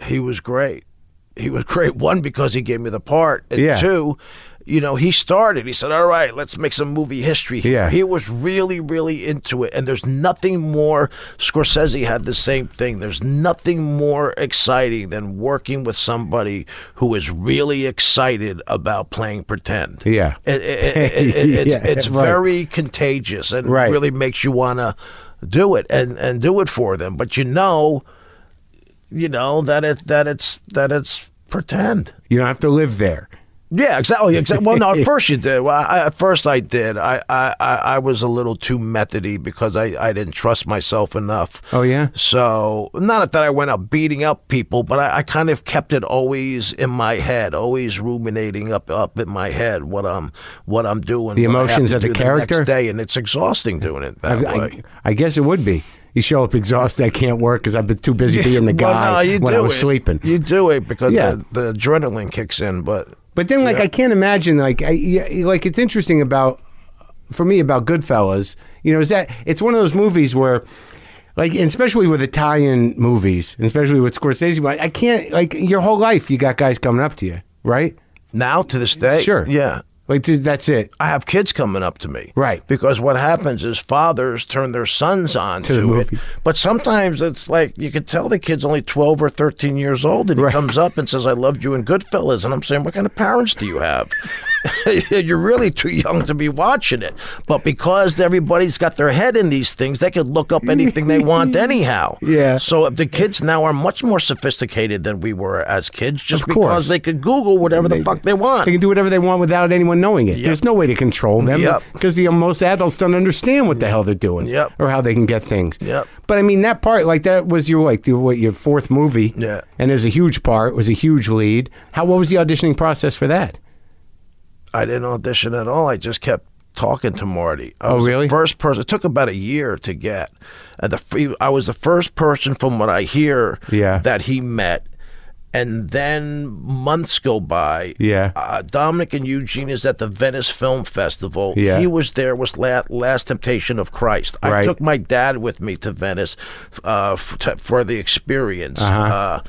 he was great. He was great. One because he gave me the part, and Yeah. two, you know, he started. He said, "All right, let's make some movie history." here." Yeah. he was really, really into it. And there's nothing more. Scorsese had the same thing. There's nothing more exciting than working with somebody who is really excited about playing pretend. Yeah. It- it- it- it- it's Yeah, it's right. very contagious and Right. really makes you want to do it and and do it for them. But you know you know that it that it's that it's pretend. You don't have to live there. Yeah, exactly. exactly. Well, no, at first you did. Well, I, at first I did. I, I, I I was a little too methody because I, I didn't trust myself enough. Oh, yeah? So not that I went out beating up people, but I, I kind of kept it always in my head, always ruminating up up in my head what I'm what I'm doing, The what I have emotions to of the do character? next day, and it's exhausting doing it that I, way. I, I guess it would be. You show up exhausted. I can't work because I've been too busy being the Well, guy no, you when I do was it. sleeping. You do it because Yeah. the, the adrenaline kicks in, but but then, like, I can't imagine. Like, I, y- like it's interesting about for me about Goodfellas. You know, is that it's one of those movies where. Like and especially with Italian movies, and especially with Scorsese, I I can't like your whole life you got guys coming up to you, right? now to this day, Sure. yeah, Like th- that's it. I have kids coming up to me. Right. Because what happens is fathers turn their sons on to, the movie. it. But sometimes it's like you could tell the kid's only 12 or 13 years old and he comes up and says, I loved you in Goodfellas. And I'm saying, What kind of parents do you have? You're really too young to be watching it. But because everybody's got their head in these things, they could look up anything they want anyhow. Yeah. So the kids now are much more sophisticated than we were as kids just course. because they could Google whatever the fuck they want. They can do whatever they want without anyone knowing it. There's no way to control them Yep. because the most adults don't understand what the hell they're doing Yep. or how they can get things. Yep. But I mean, that part, like that was your like your, what, your fourth movie. Yeah. And there's a huge part. Was a huge lead. How what was the auditioning process for that? I didn't audition at all. I just kept talking to Marty. I Oh, was the really? First person. It took about a year to get. And the f- I was the first person, from what I hear, Yeah. that he met. And then months go by. Yeah. Uh, Dominic and Eugene is at the Venice Film Festival. Yeah. He was there with La- Last Temptation of Christ. I Right. took my dad with me to Venice uh, f- to- for the experience. Uh-huh. Uh,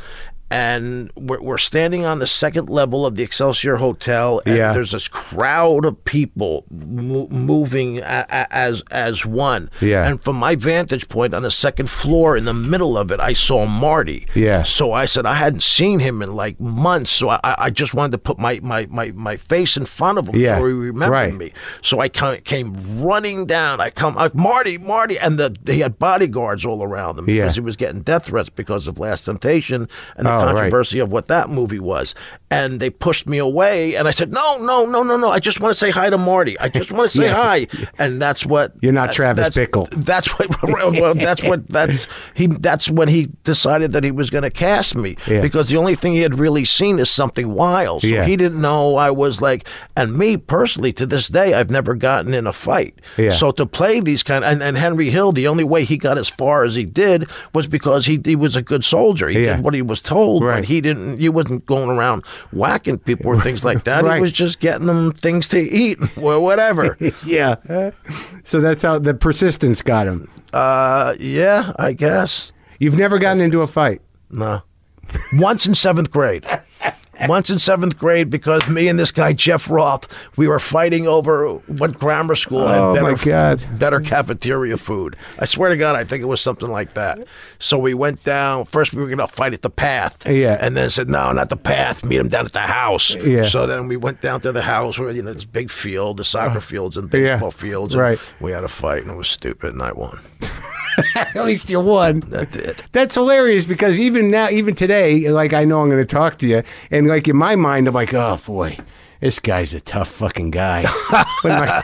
and we're, we're standing on the second level of the Excelsior Hotel, and Yeah. there's this crowd of people mo- moving a- a- as as one. Yeah. And from my vantage point on the second floor, in the middle of it, I saw Marty. Yeah. So I said I hadn't seen him in like months, so I, I I just wanted to put my, my, my, my face in front of him Yeah. so he remembered Right. me. So I ca- came running down. I come like Marty, Marty, and the he had bodyguards all around him Yeah. because he was getting death threats because of Last Temptation and the Oh, right. controversy of what that movie was. And they pushed me away, and I said, No, no, no, no, no! I just want to say hi to Marty. I just want to say hi, and that's what You're not Travis that's- Bickle. That's what. Well, that's what. That's he. That's when he decided that he was going to cast me because the only thing he had really seen is something wild. So Yeah. he didn't know I was like. And me personally, to this day, I've never gotten in a fight. Yeah. So to play these kind and, and Henry Hill, the only way he got as far as he did was because he he was a good soldier. He Yeah. did what he was told, Right. but he didn't. He wasn't going around whacking people or things like that. Right. He was just getting them things to eat or whatever. Yeah. So that's how the persistence got him. uh, yeah, I guess. You've never gotten into a fight. No. Once in seventh grade. Once in seventh grade, because me and this guy Jeff Roth, we were fighting over what grammar school Oh, had better, my God. better cafeteria food. I swear to God, I think it was something like that. So we went down. First, we were going to fight at the path. Yeah. And then said, no, not the path. Meet him down at the house. Yeah. So then we went down to the house where, you know, this big field, the soccer fields and baseball fields. and Uh, Right. We had a fight, and it was stupid, and I won. At least you won. That did. That's hilarious because even now, even today, like I know I'm going to talk to you, and like in my mind, I'm like, oh boy, this guy's a tough fucking guy. what, am I,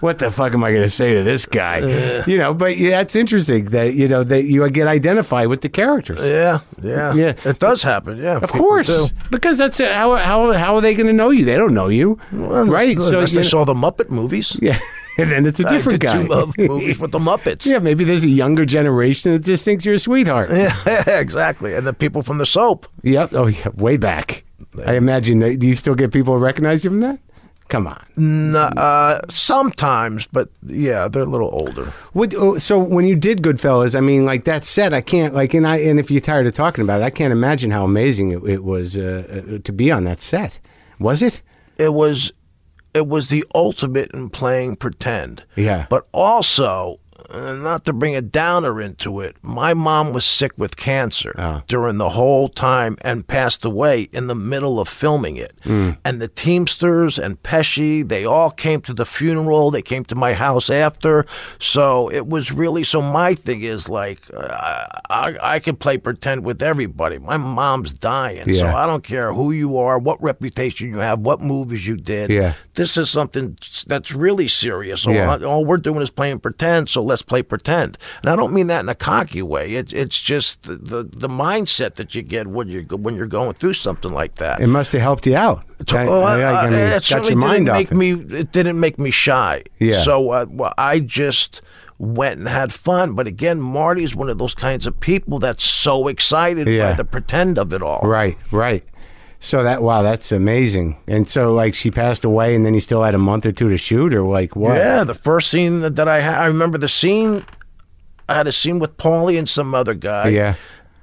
what the fuck am I going to say to this guy? you know, but yeah, that's interesting that you know that you get identified with the characters. Yeah, yeah. Yeah. It does happen, yeah. Of course, because that's it. How, how how are they going to know you? They don't know you, right? So So unless you they saw the Muppet movies. yeah, and then it's a Like different the guy. Two Muppet movies with the Muppets. Yeah, maybe there's a younger generation that just thinks you're a sweetheart. Yeah, exactly. And the people from the soap. Yep. Oh, yeah. Way back. I imagine. That, do you still get people recognize you from that? Come on. N- uh, sometimes, but yeah, they're a little older. What, oh, so when you did Goodfellas, I mean, like that said, I can't like, and I, and if you're tired of talking about it, I can't imagine how amazing it, it was uh, uh, to be on that set. Was it? It was, it was the ultimate in playing pretend. Yeah. But also, uh, not to bring a downer into it, my mom was sick with cancer Ah. during the whole time and passed away in the middle of filming it. Hmm. And the Teamsters and Pesci, they all came to the funeral. They came to my house after. So it was really, so my thing is like, uh, I, I can play pretend with everybody. My mom's dying. So Yeah. I don't care who you are, what reputation you have, what movies you did. Yeah. This is something that's really serious. So Yeah. I- all we're doing is playing pretend, so let's play pretend. And I don't mean that in a cocky way. It, it's just the, the the mindset that you get when you're go- when you're going through something like that. It must have helped you out. I- Well, I- I uh, mean, it got certainly your mind didn't off make it. me. It didn't make me shy. Yeah. So uh, well, I just went and had fun. But again, Marty's one of those kinds of people that's so excited Yeah. by the pretend of it all. Right. Right. So that wow, that's amazing. And so like she passed away, and then you still had a month or two to shoot, or like what? Yeah, the first scene that, that I had, I remember the scene. I had a scene with Paulie and some other guy. Yeah.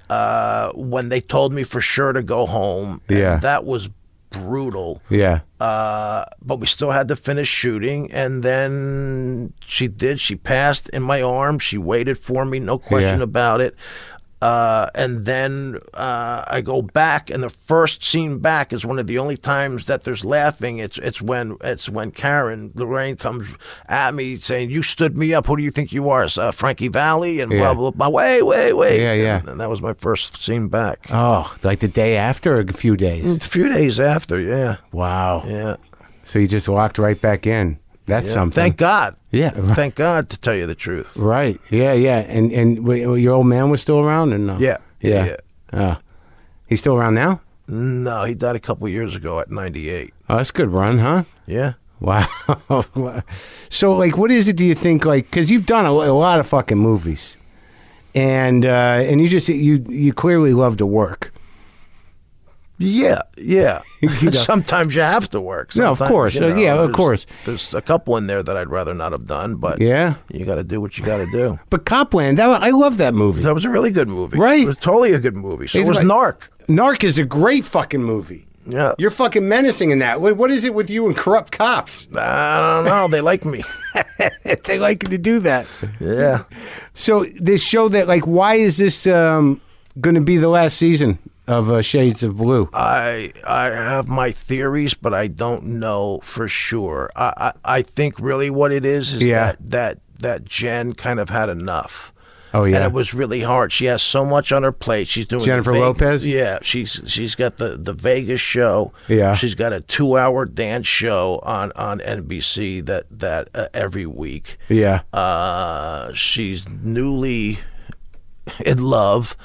Uh, when they told me for sure to go home. and Yeah. That was brutal. Yeah. Uh, but we still had to finish shooting, and then she did. She passed in my arms. She waited for me, no question Yeah. about it. Uh, and then uh, I go back, and the first scene back is one of the only times that there's laughing. It's it's when it's when Karen Lorraine comes at me saying, "You stood me up. Who do you think you are, uh, Frankie Valley?" And Yeah. blah blah blah. Wait, wait, wait. Yeah, yeah. And, and that was my first scene back. Oh, like the day after, or a few a days. few days after, yeah, Wow. yeah. So you just walked right back in. That's Yeah. something. Thank God. Yeah. Thank God, to tell you the truth. Right. Yeah. Yeah. And and w- w- your old man was still around, or no? Yeah. Yeah. Oh. he's still around now. No, he died a couple years ago at 98. Oh, that's a good run, huh? Yeah. Wow. so, like, what is it? Do you think, like, because you've done a, a lot of fucking movies, and uh, and you just you you clearly love to work. Yeah, yeah. Sometimes you have to work. No, of Sometimes, course. you Uh, yeah, of there's- course. There's a couple in there that I'd rather not have done, but Yeah. you got to do what you got to do. But Copland, that, I love that movie. That was a really good movie, Right. It was totally a good movie. So it It's was like- Narc. Narc is a great fucking movie. Yeah, You're fucking menacing in that. What, what is it with you and corrupt cops? I don't know. They like me. they like to do that. Yeah. So this show that like, why is this um, going to be the last season of uh, Shades of Blue? I I have my theories, but I don't know for sure. I I, I think really what it is is Yeah. that that that Jen kind of had enough. Oh, yeah. and it was really hard. She has so much on her plate. She's doing the Jennifer Vegas- Lopez? Yeah, she's she's got the the Vegas show. Yeah. she's got a two hour dance show on on NBC that that uh, every week. Yeah. Uh, she's newly in love,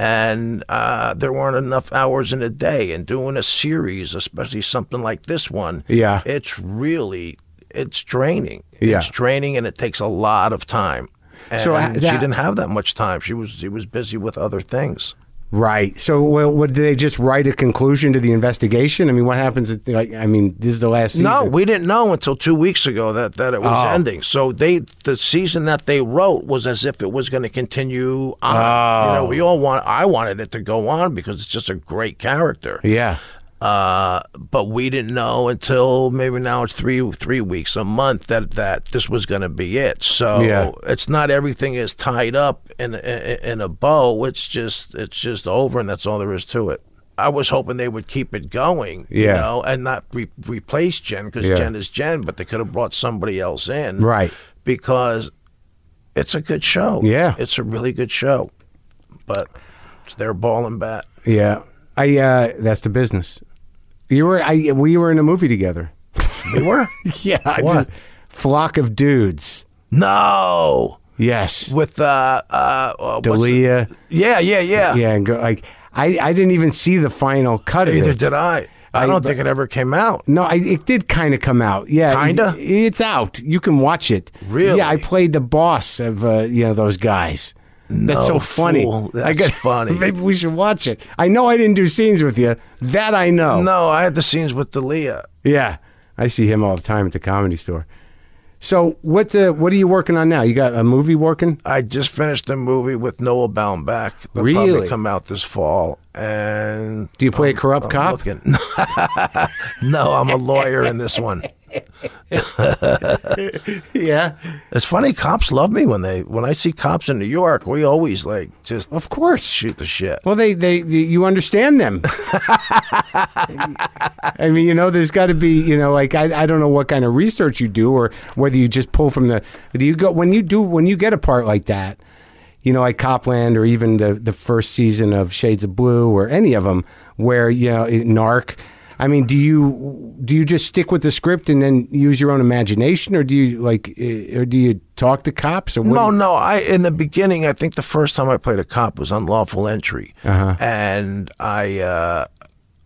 and uh, there weren't enough hours in a day. And doing a series, especially something like this one, Yeah. it's really it's draining. Yeah. it's draining, and it takes a lot of time. And So, uh, she that- didn't have that much time. She was she was busy with other things. Right. So, well, would they just write a conclusion to the investigation? I mean, what happens? If, like, I mean, this is the last season. No, we didn't know until two weeks ago that, that it was ending. So they the season that they wrote was as if it was going to continue on. You know, we all want I wanted it to go on because it's just a great character. Yeah. Uh, but we didn't know until maybe now it's three three weeks a month that that this was going to be it. So Yeah. it's not everything is tied up in, in in a bow. It's just it's just over, and that's all there is to it. I was hoping they would keep it going, you Yeah. know, and not re- replace Jen because Yeah. Jen is Jen, but they could have brought somebody else in, Right. Because it's a good show. Yeah. it's a really good show, but it's their ball and bat. Yeah. I. Uh, that's the business. You were. I. We were in a movie together. We were Yeah. What? Flock of dudes. no. Yes. with uh uh, uh what's it- Dalia. yeah, yeah, yeah. Yeah, and go like. I, I didn't even see the final cut of Neither it. did I. I, I- don't think it ever came out. No, I, it did kind of come out. Yeah, Kinda? it- it's out. You can watch it. Really? Yeah, I played the boss of uh, you know those guys. That's so No, funny. fool. I That's funny. Maybe we should watch it. I know I didn't do scenes with you. That I know. No, I had the scenes with Dalia. Yeah, I see him all the time at the comedy store. So what the what are you working on now? You got a movie working? I just finished the movie with Noah Baumbach. They'll Really? probably come out this fall. And Do you play a corrupt cop? looking. no, I'm a lawyer in this one. Yeah, It's funny, cops love me when they when I see cops in New York, we always like just of course. shoot the shit. Well, they, they, they you understand them. I mean, you know, there's got to be, you know, like I, I don't know what kind of research you do or whether you just pull from the. Do you go when you do when you get a part like that? You know, like Copland or even the the first season of Shades of Blue or any of them, where you know it- Narc. I mean, do you do you just stick with the script and then use your own imagination, or do you like, eh, or do you talk to cops or what? No, no. I in the beginning, I think the first time I played a cop was unlawful entry, Uh-huh. and I uh,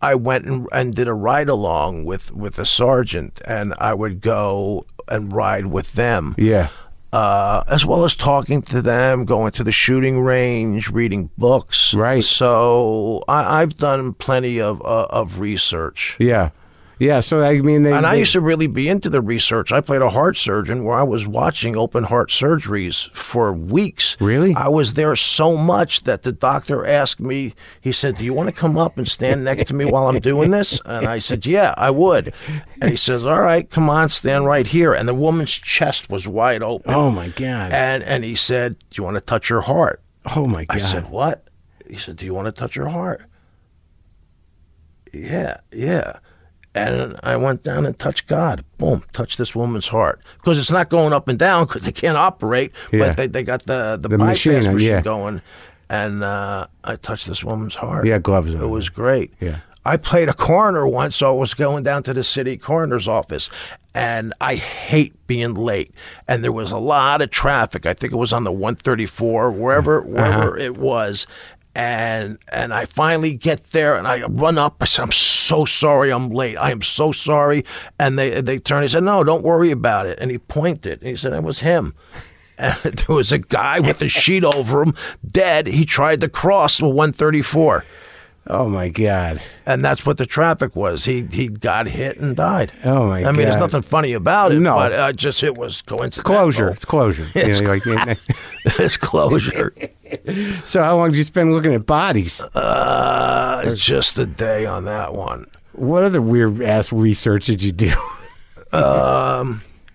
I went and, and did a ride along with with a sergeant, and I would go and ride with them. Yeah. Uh, as well as talking to them, going to the shooting range, reading books. Right. So I, I've done plenty of uh, of research. Yeah, yeah. So I mean, they, And I they- used to really be into the research. I played a heart surgeon where I was watching open heart surgeries for weeks. Really? I was there so much that the doctor asked me, he said, Do you want to come up and stand next to me while I'm doing this? And I said, Yeah, I would. And he says, All right, come on, stand right here. And the woman's chest was wide open. Oh my god! And, and he said, Do you want to touch her heart? Oh my I god! said, What? He said, Do you want to touch her heart? Yeah, yeah. And I went down and touched God. Boom, touched this woman's heart. Because it's not going up and down because they can't operate, Yeah. but they, they got the, the, The bypass machine, machine, yeah. going. And uh, I touched this woman's heart. Yeah, gloves on. It was great. Yeah. I played a coroner once, so I was going down to the city coroner's office, and I hate being late. And there Uh-huh. was a lot of traffic. I think it was on the 134, wherever wherever it was. and and I finally get there and I run up. I said, "I'm so sorry, I'm late. I am so sorry." And they they turned. He said, "No, don't worry about it." And he pointed and he said, "That was him." And there was a guy with a sheet over him, dead. He tried to cross the 134, Oh my god. and that's what the traffic was. He he got hit and died. Oh, my I mean, there's God. nothing funny about it. No. but uh, just it was coincidental. Closure. It's closure. You know, like, it's closure. so how long did you spend looking at bodies? Uh, just a day on that one. What other weird ass research did you do?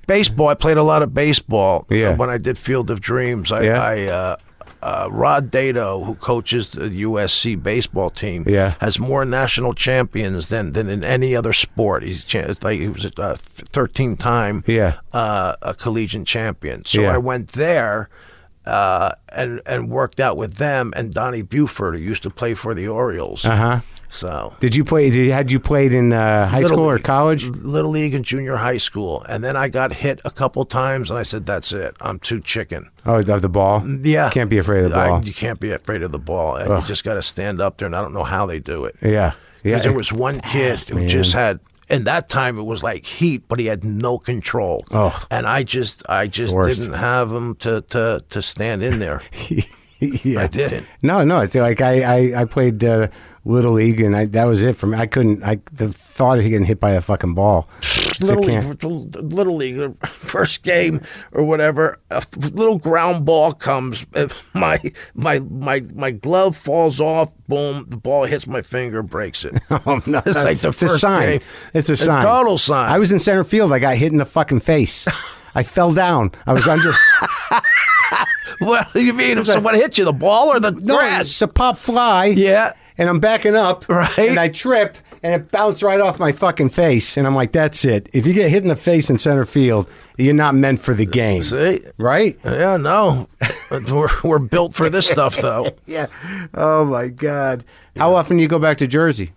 baseball. I played a lot of baseball. Yeah. uh, When I did Field of Dreams, I, Yeah. I uh, uh, Rod Dato, who coaches the USC baseball team, Yeah. has more national champions than than in any other sport. He's cha- it's like he was a uh, 13 time Yeah. uh, a collegiate champion. So Yeah. I went there. Uh, and and worked out with them and Donnie Buford, who used to play for the Orioles. Uh huh. So Did you play? Did, had you played in uh, high Little school or league. college? little league and junior high school, and then I got hit a couple times, and I said, "That's it. I'm too chicken." Oh, of the ball. Yeah, Can't be afraid of the I- ball. you can't be afraid of the ball. and You just got to stand up there, and I don't know how they do it. yeah. Yeah. Because there was one kid who just had, and that time it was like heat, but he had no control. Oh. and I just, I just worst. didn't have him to to to stand in there. yeah. I didn't. No, no. It's like I, I, I played uh, little league, and I, that was it for me. I couldn't. I the thought of getting hit by a fucking ball. It's like, Little can't- league, little league, the first game or whatever. A f- little ground ball comes. uh, My my my my glove falls off. Boom! The ball hits my finger, breaks it. Oh, no, It's like the a first sign. game. It's a It's sign. total sign. I was in center field. I got hit in the fucking face. I fell down. I was under. what do you mean? If someone hit you, the ball or the no, grass? it's a pop fly. Yeah. And I'm backing up. Right. And I trip, and it bounced right off my fucking face. And I'm like, that's it. If you get hit in the face in center field, you're not meant for the game. See? Right? Yeah, no. we're, we're built for this stuff, though. Yeah. Oh, my God. How often do you go back to Jersey?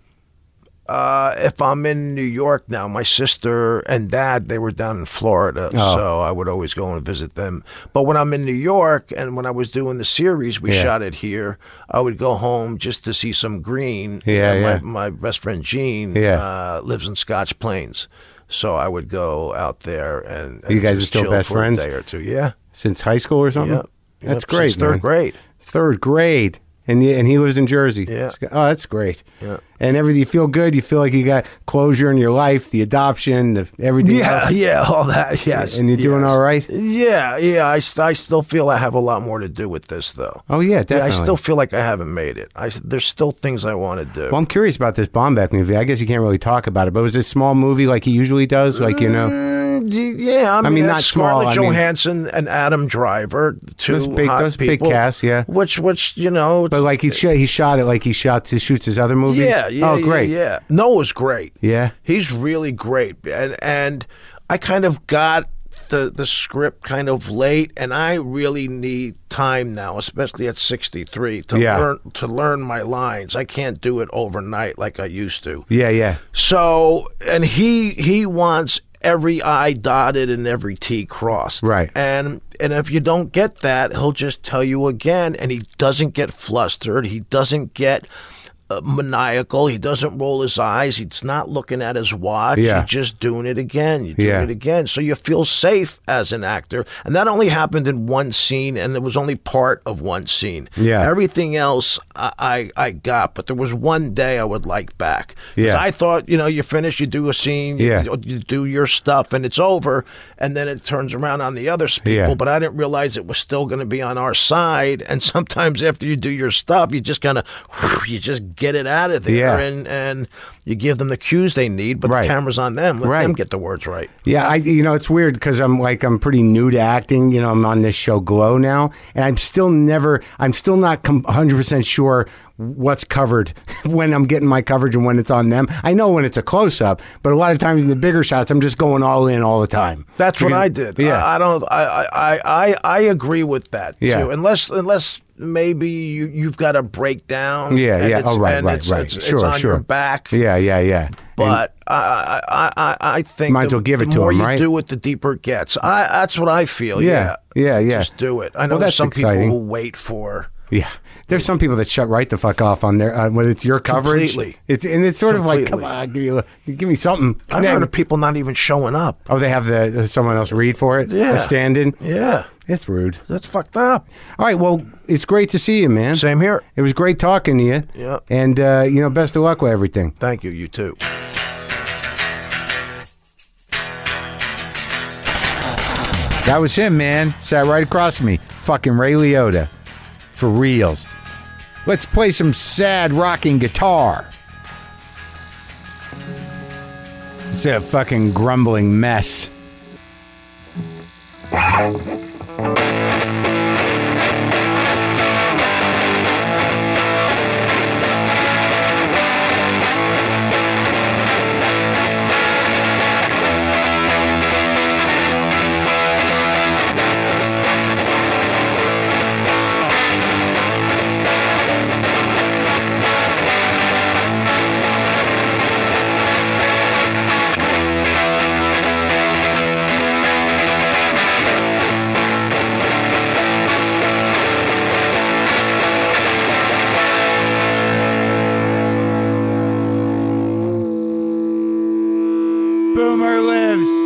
Uh, if I'm in New York now, my sister and dad, they were down in Florida. Oh. So I would always go and visit them. But when I'm in New York and when I was doing the series, we shot it here, I would go home just to see some green. Yeah, And yeah. My, my best friend Gene Yeah. uh, lives in Scotch Plains. So I would go out there and, and You guys just are still chill best for friends? A day or two, yeah. Since high school or something? Yep. Yep, That's since great. Third man. grade. Third grade. And, you, and he lives in Jersey. Yeah. Oh, that's great. Yeah. And everything, you feel good. You feel like you got closure in your life, the adoption, the everything Yeah, else. yeah, all that. Yes. And you're doing yes. all right? Yeah, yeah. I, st- I still feel I have a lot more to do with this, though. Oh, yeah, Yeah, I definitely. still feel like I haven't made it. I s- there's still things I want to do. Well, I'm curious about this Bombeck movie. I guess you can't really talk about it, but was it a small movie like he usually does? Like, you know, Mm, d- yeah, I mean, mean, that's not small, Scarlett I mean- Johansson and Adam Driver, two Those big- hot those big people, casts, yeah. Which, which you know, but like he, sh- he shot it like he shot he shoots his other movies? yeah, yeah, Oh, yeah, great. Yeah, Noah's great. Yeah. he's really great, and and I kind of got the the script kind of late, and I really need time now, especially at sixty three, to Yeah. learn to learn my lines. I can't do it overnight like I used to. Yeah, yeah. So, and he he wants every I dotted and every T crossed. Right. And and if you don't get that, he'll just tell you again and he doesn't get flustered. He doesn't get uh, maniacal. He doesn't roll his eyes. He's not looking at his watch. Yeah. He's just doing it again. You're doing Yeah. it again. So you feel safe as an actor. And that only happened in one scene and it was only part of one scene. Yeah. Everything else I, I, I got, but there was one day I would like back. 'Cause Yeah. I thought, you know, you finish, you do a scene, you, Yeah. you do your stuff, and it's over, and then it turns around on the other s- people. Yeah. But I didn't realize it was still going to be on our side. And sometimes after you do your stuff, you just kind of, you just get it out of there, Yeah. and and you give them the cues they need. But Right. the camera's on them. Let Right. them get the words right. Yeah, I you know it's weird because I'm like I'm pretty new to acting. You know I'm on this show Glow now, and I'm still never I'm still not com- 100 percent sure what's covered when I'm getting my coverage and when it's on them. I know when it's a close up, but a lot of times in the bigger shots, I'm just going all in all the time. That's what I did. yeah. I, I don't. I, I I I- I agree with that. Yeah. Too. Unless unless maybe you you've got a breakdown. Yeah, and yeah. it's- Oh, right, and right, it's- right. It's, it's Sure, on sure. Your back. Yeah, yeah, yeah. But I, I, I, I- I think Might as the, well give it the to more 'em, you right? do it, the deeper it gets. I, that's what I feel. Yeah, yeah, Yeah, yeah. Just do it. I know Well, there's that's some exciting. people who wait for. Yeah, There's some people that shut right the fuck off on their uh, when it's your coverage. Completely. It's and it's sort of like, Completely. come on, give me, a- give me something. I've heard of people not even showing up. oh, they have the uh, someone else read for it. Yeah. a stand-in. Yeah, It's rude. that's fucked up. All right, well, it's great to see you, man. Same here. It was great talking to you. Yeah. And uh, you know, best of luck with everything. Thank you. You too. That was him, man. Sat right across from me. Fucking Ray Liotta. For reals. Let's play some sad rocking guitar. It's a fucking grumbling mess. Boomer lives.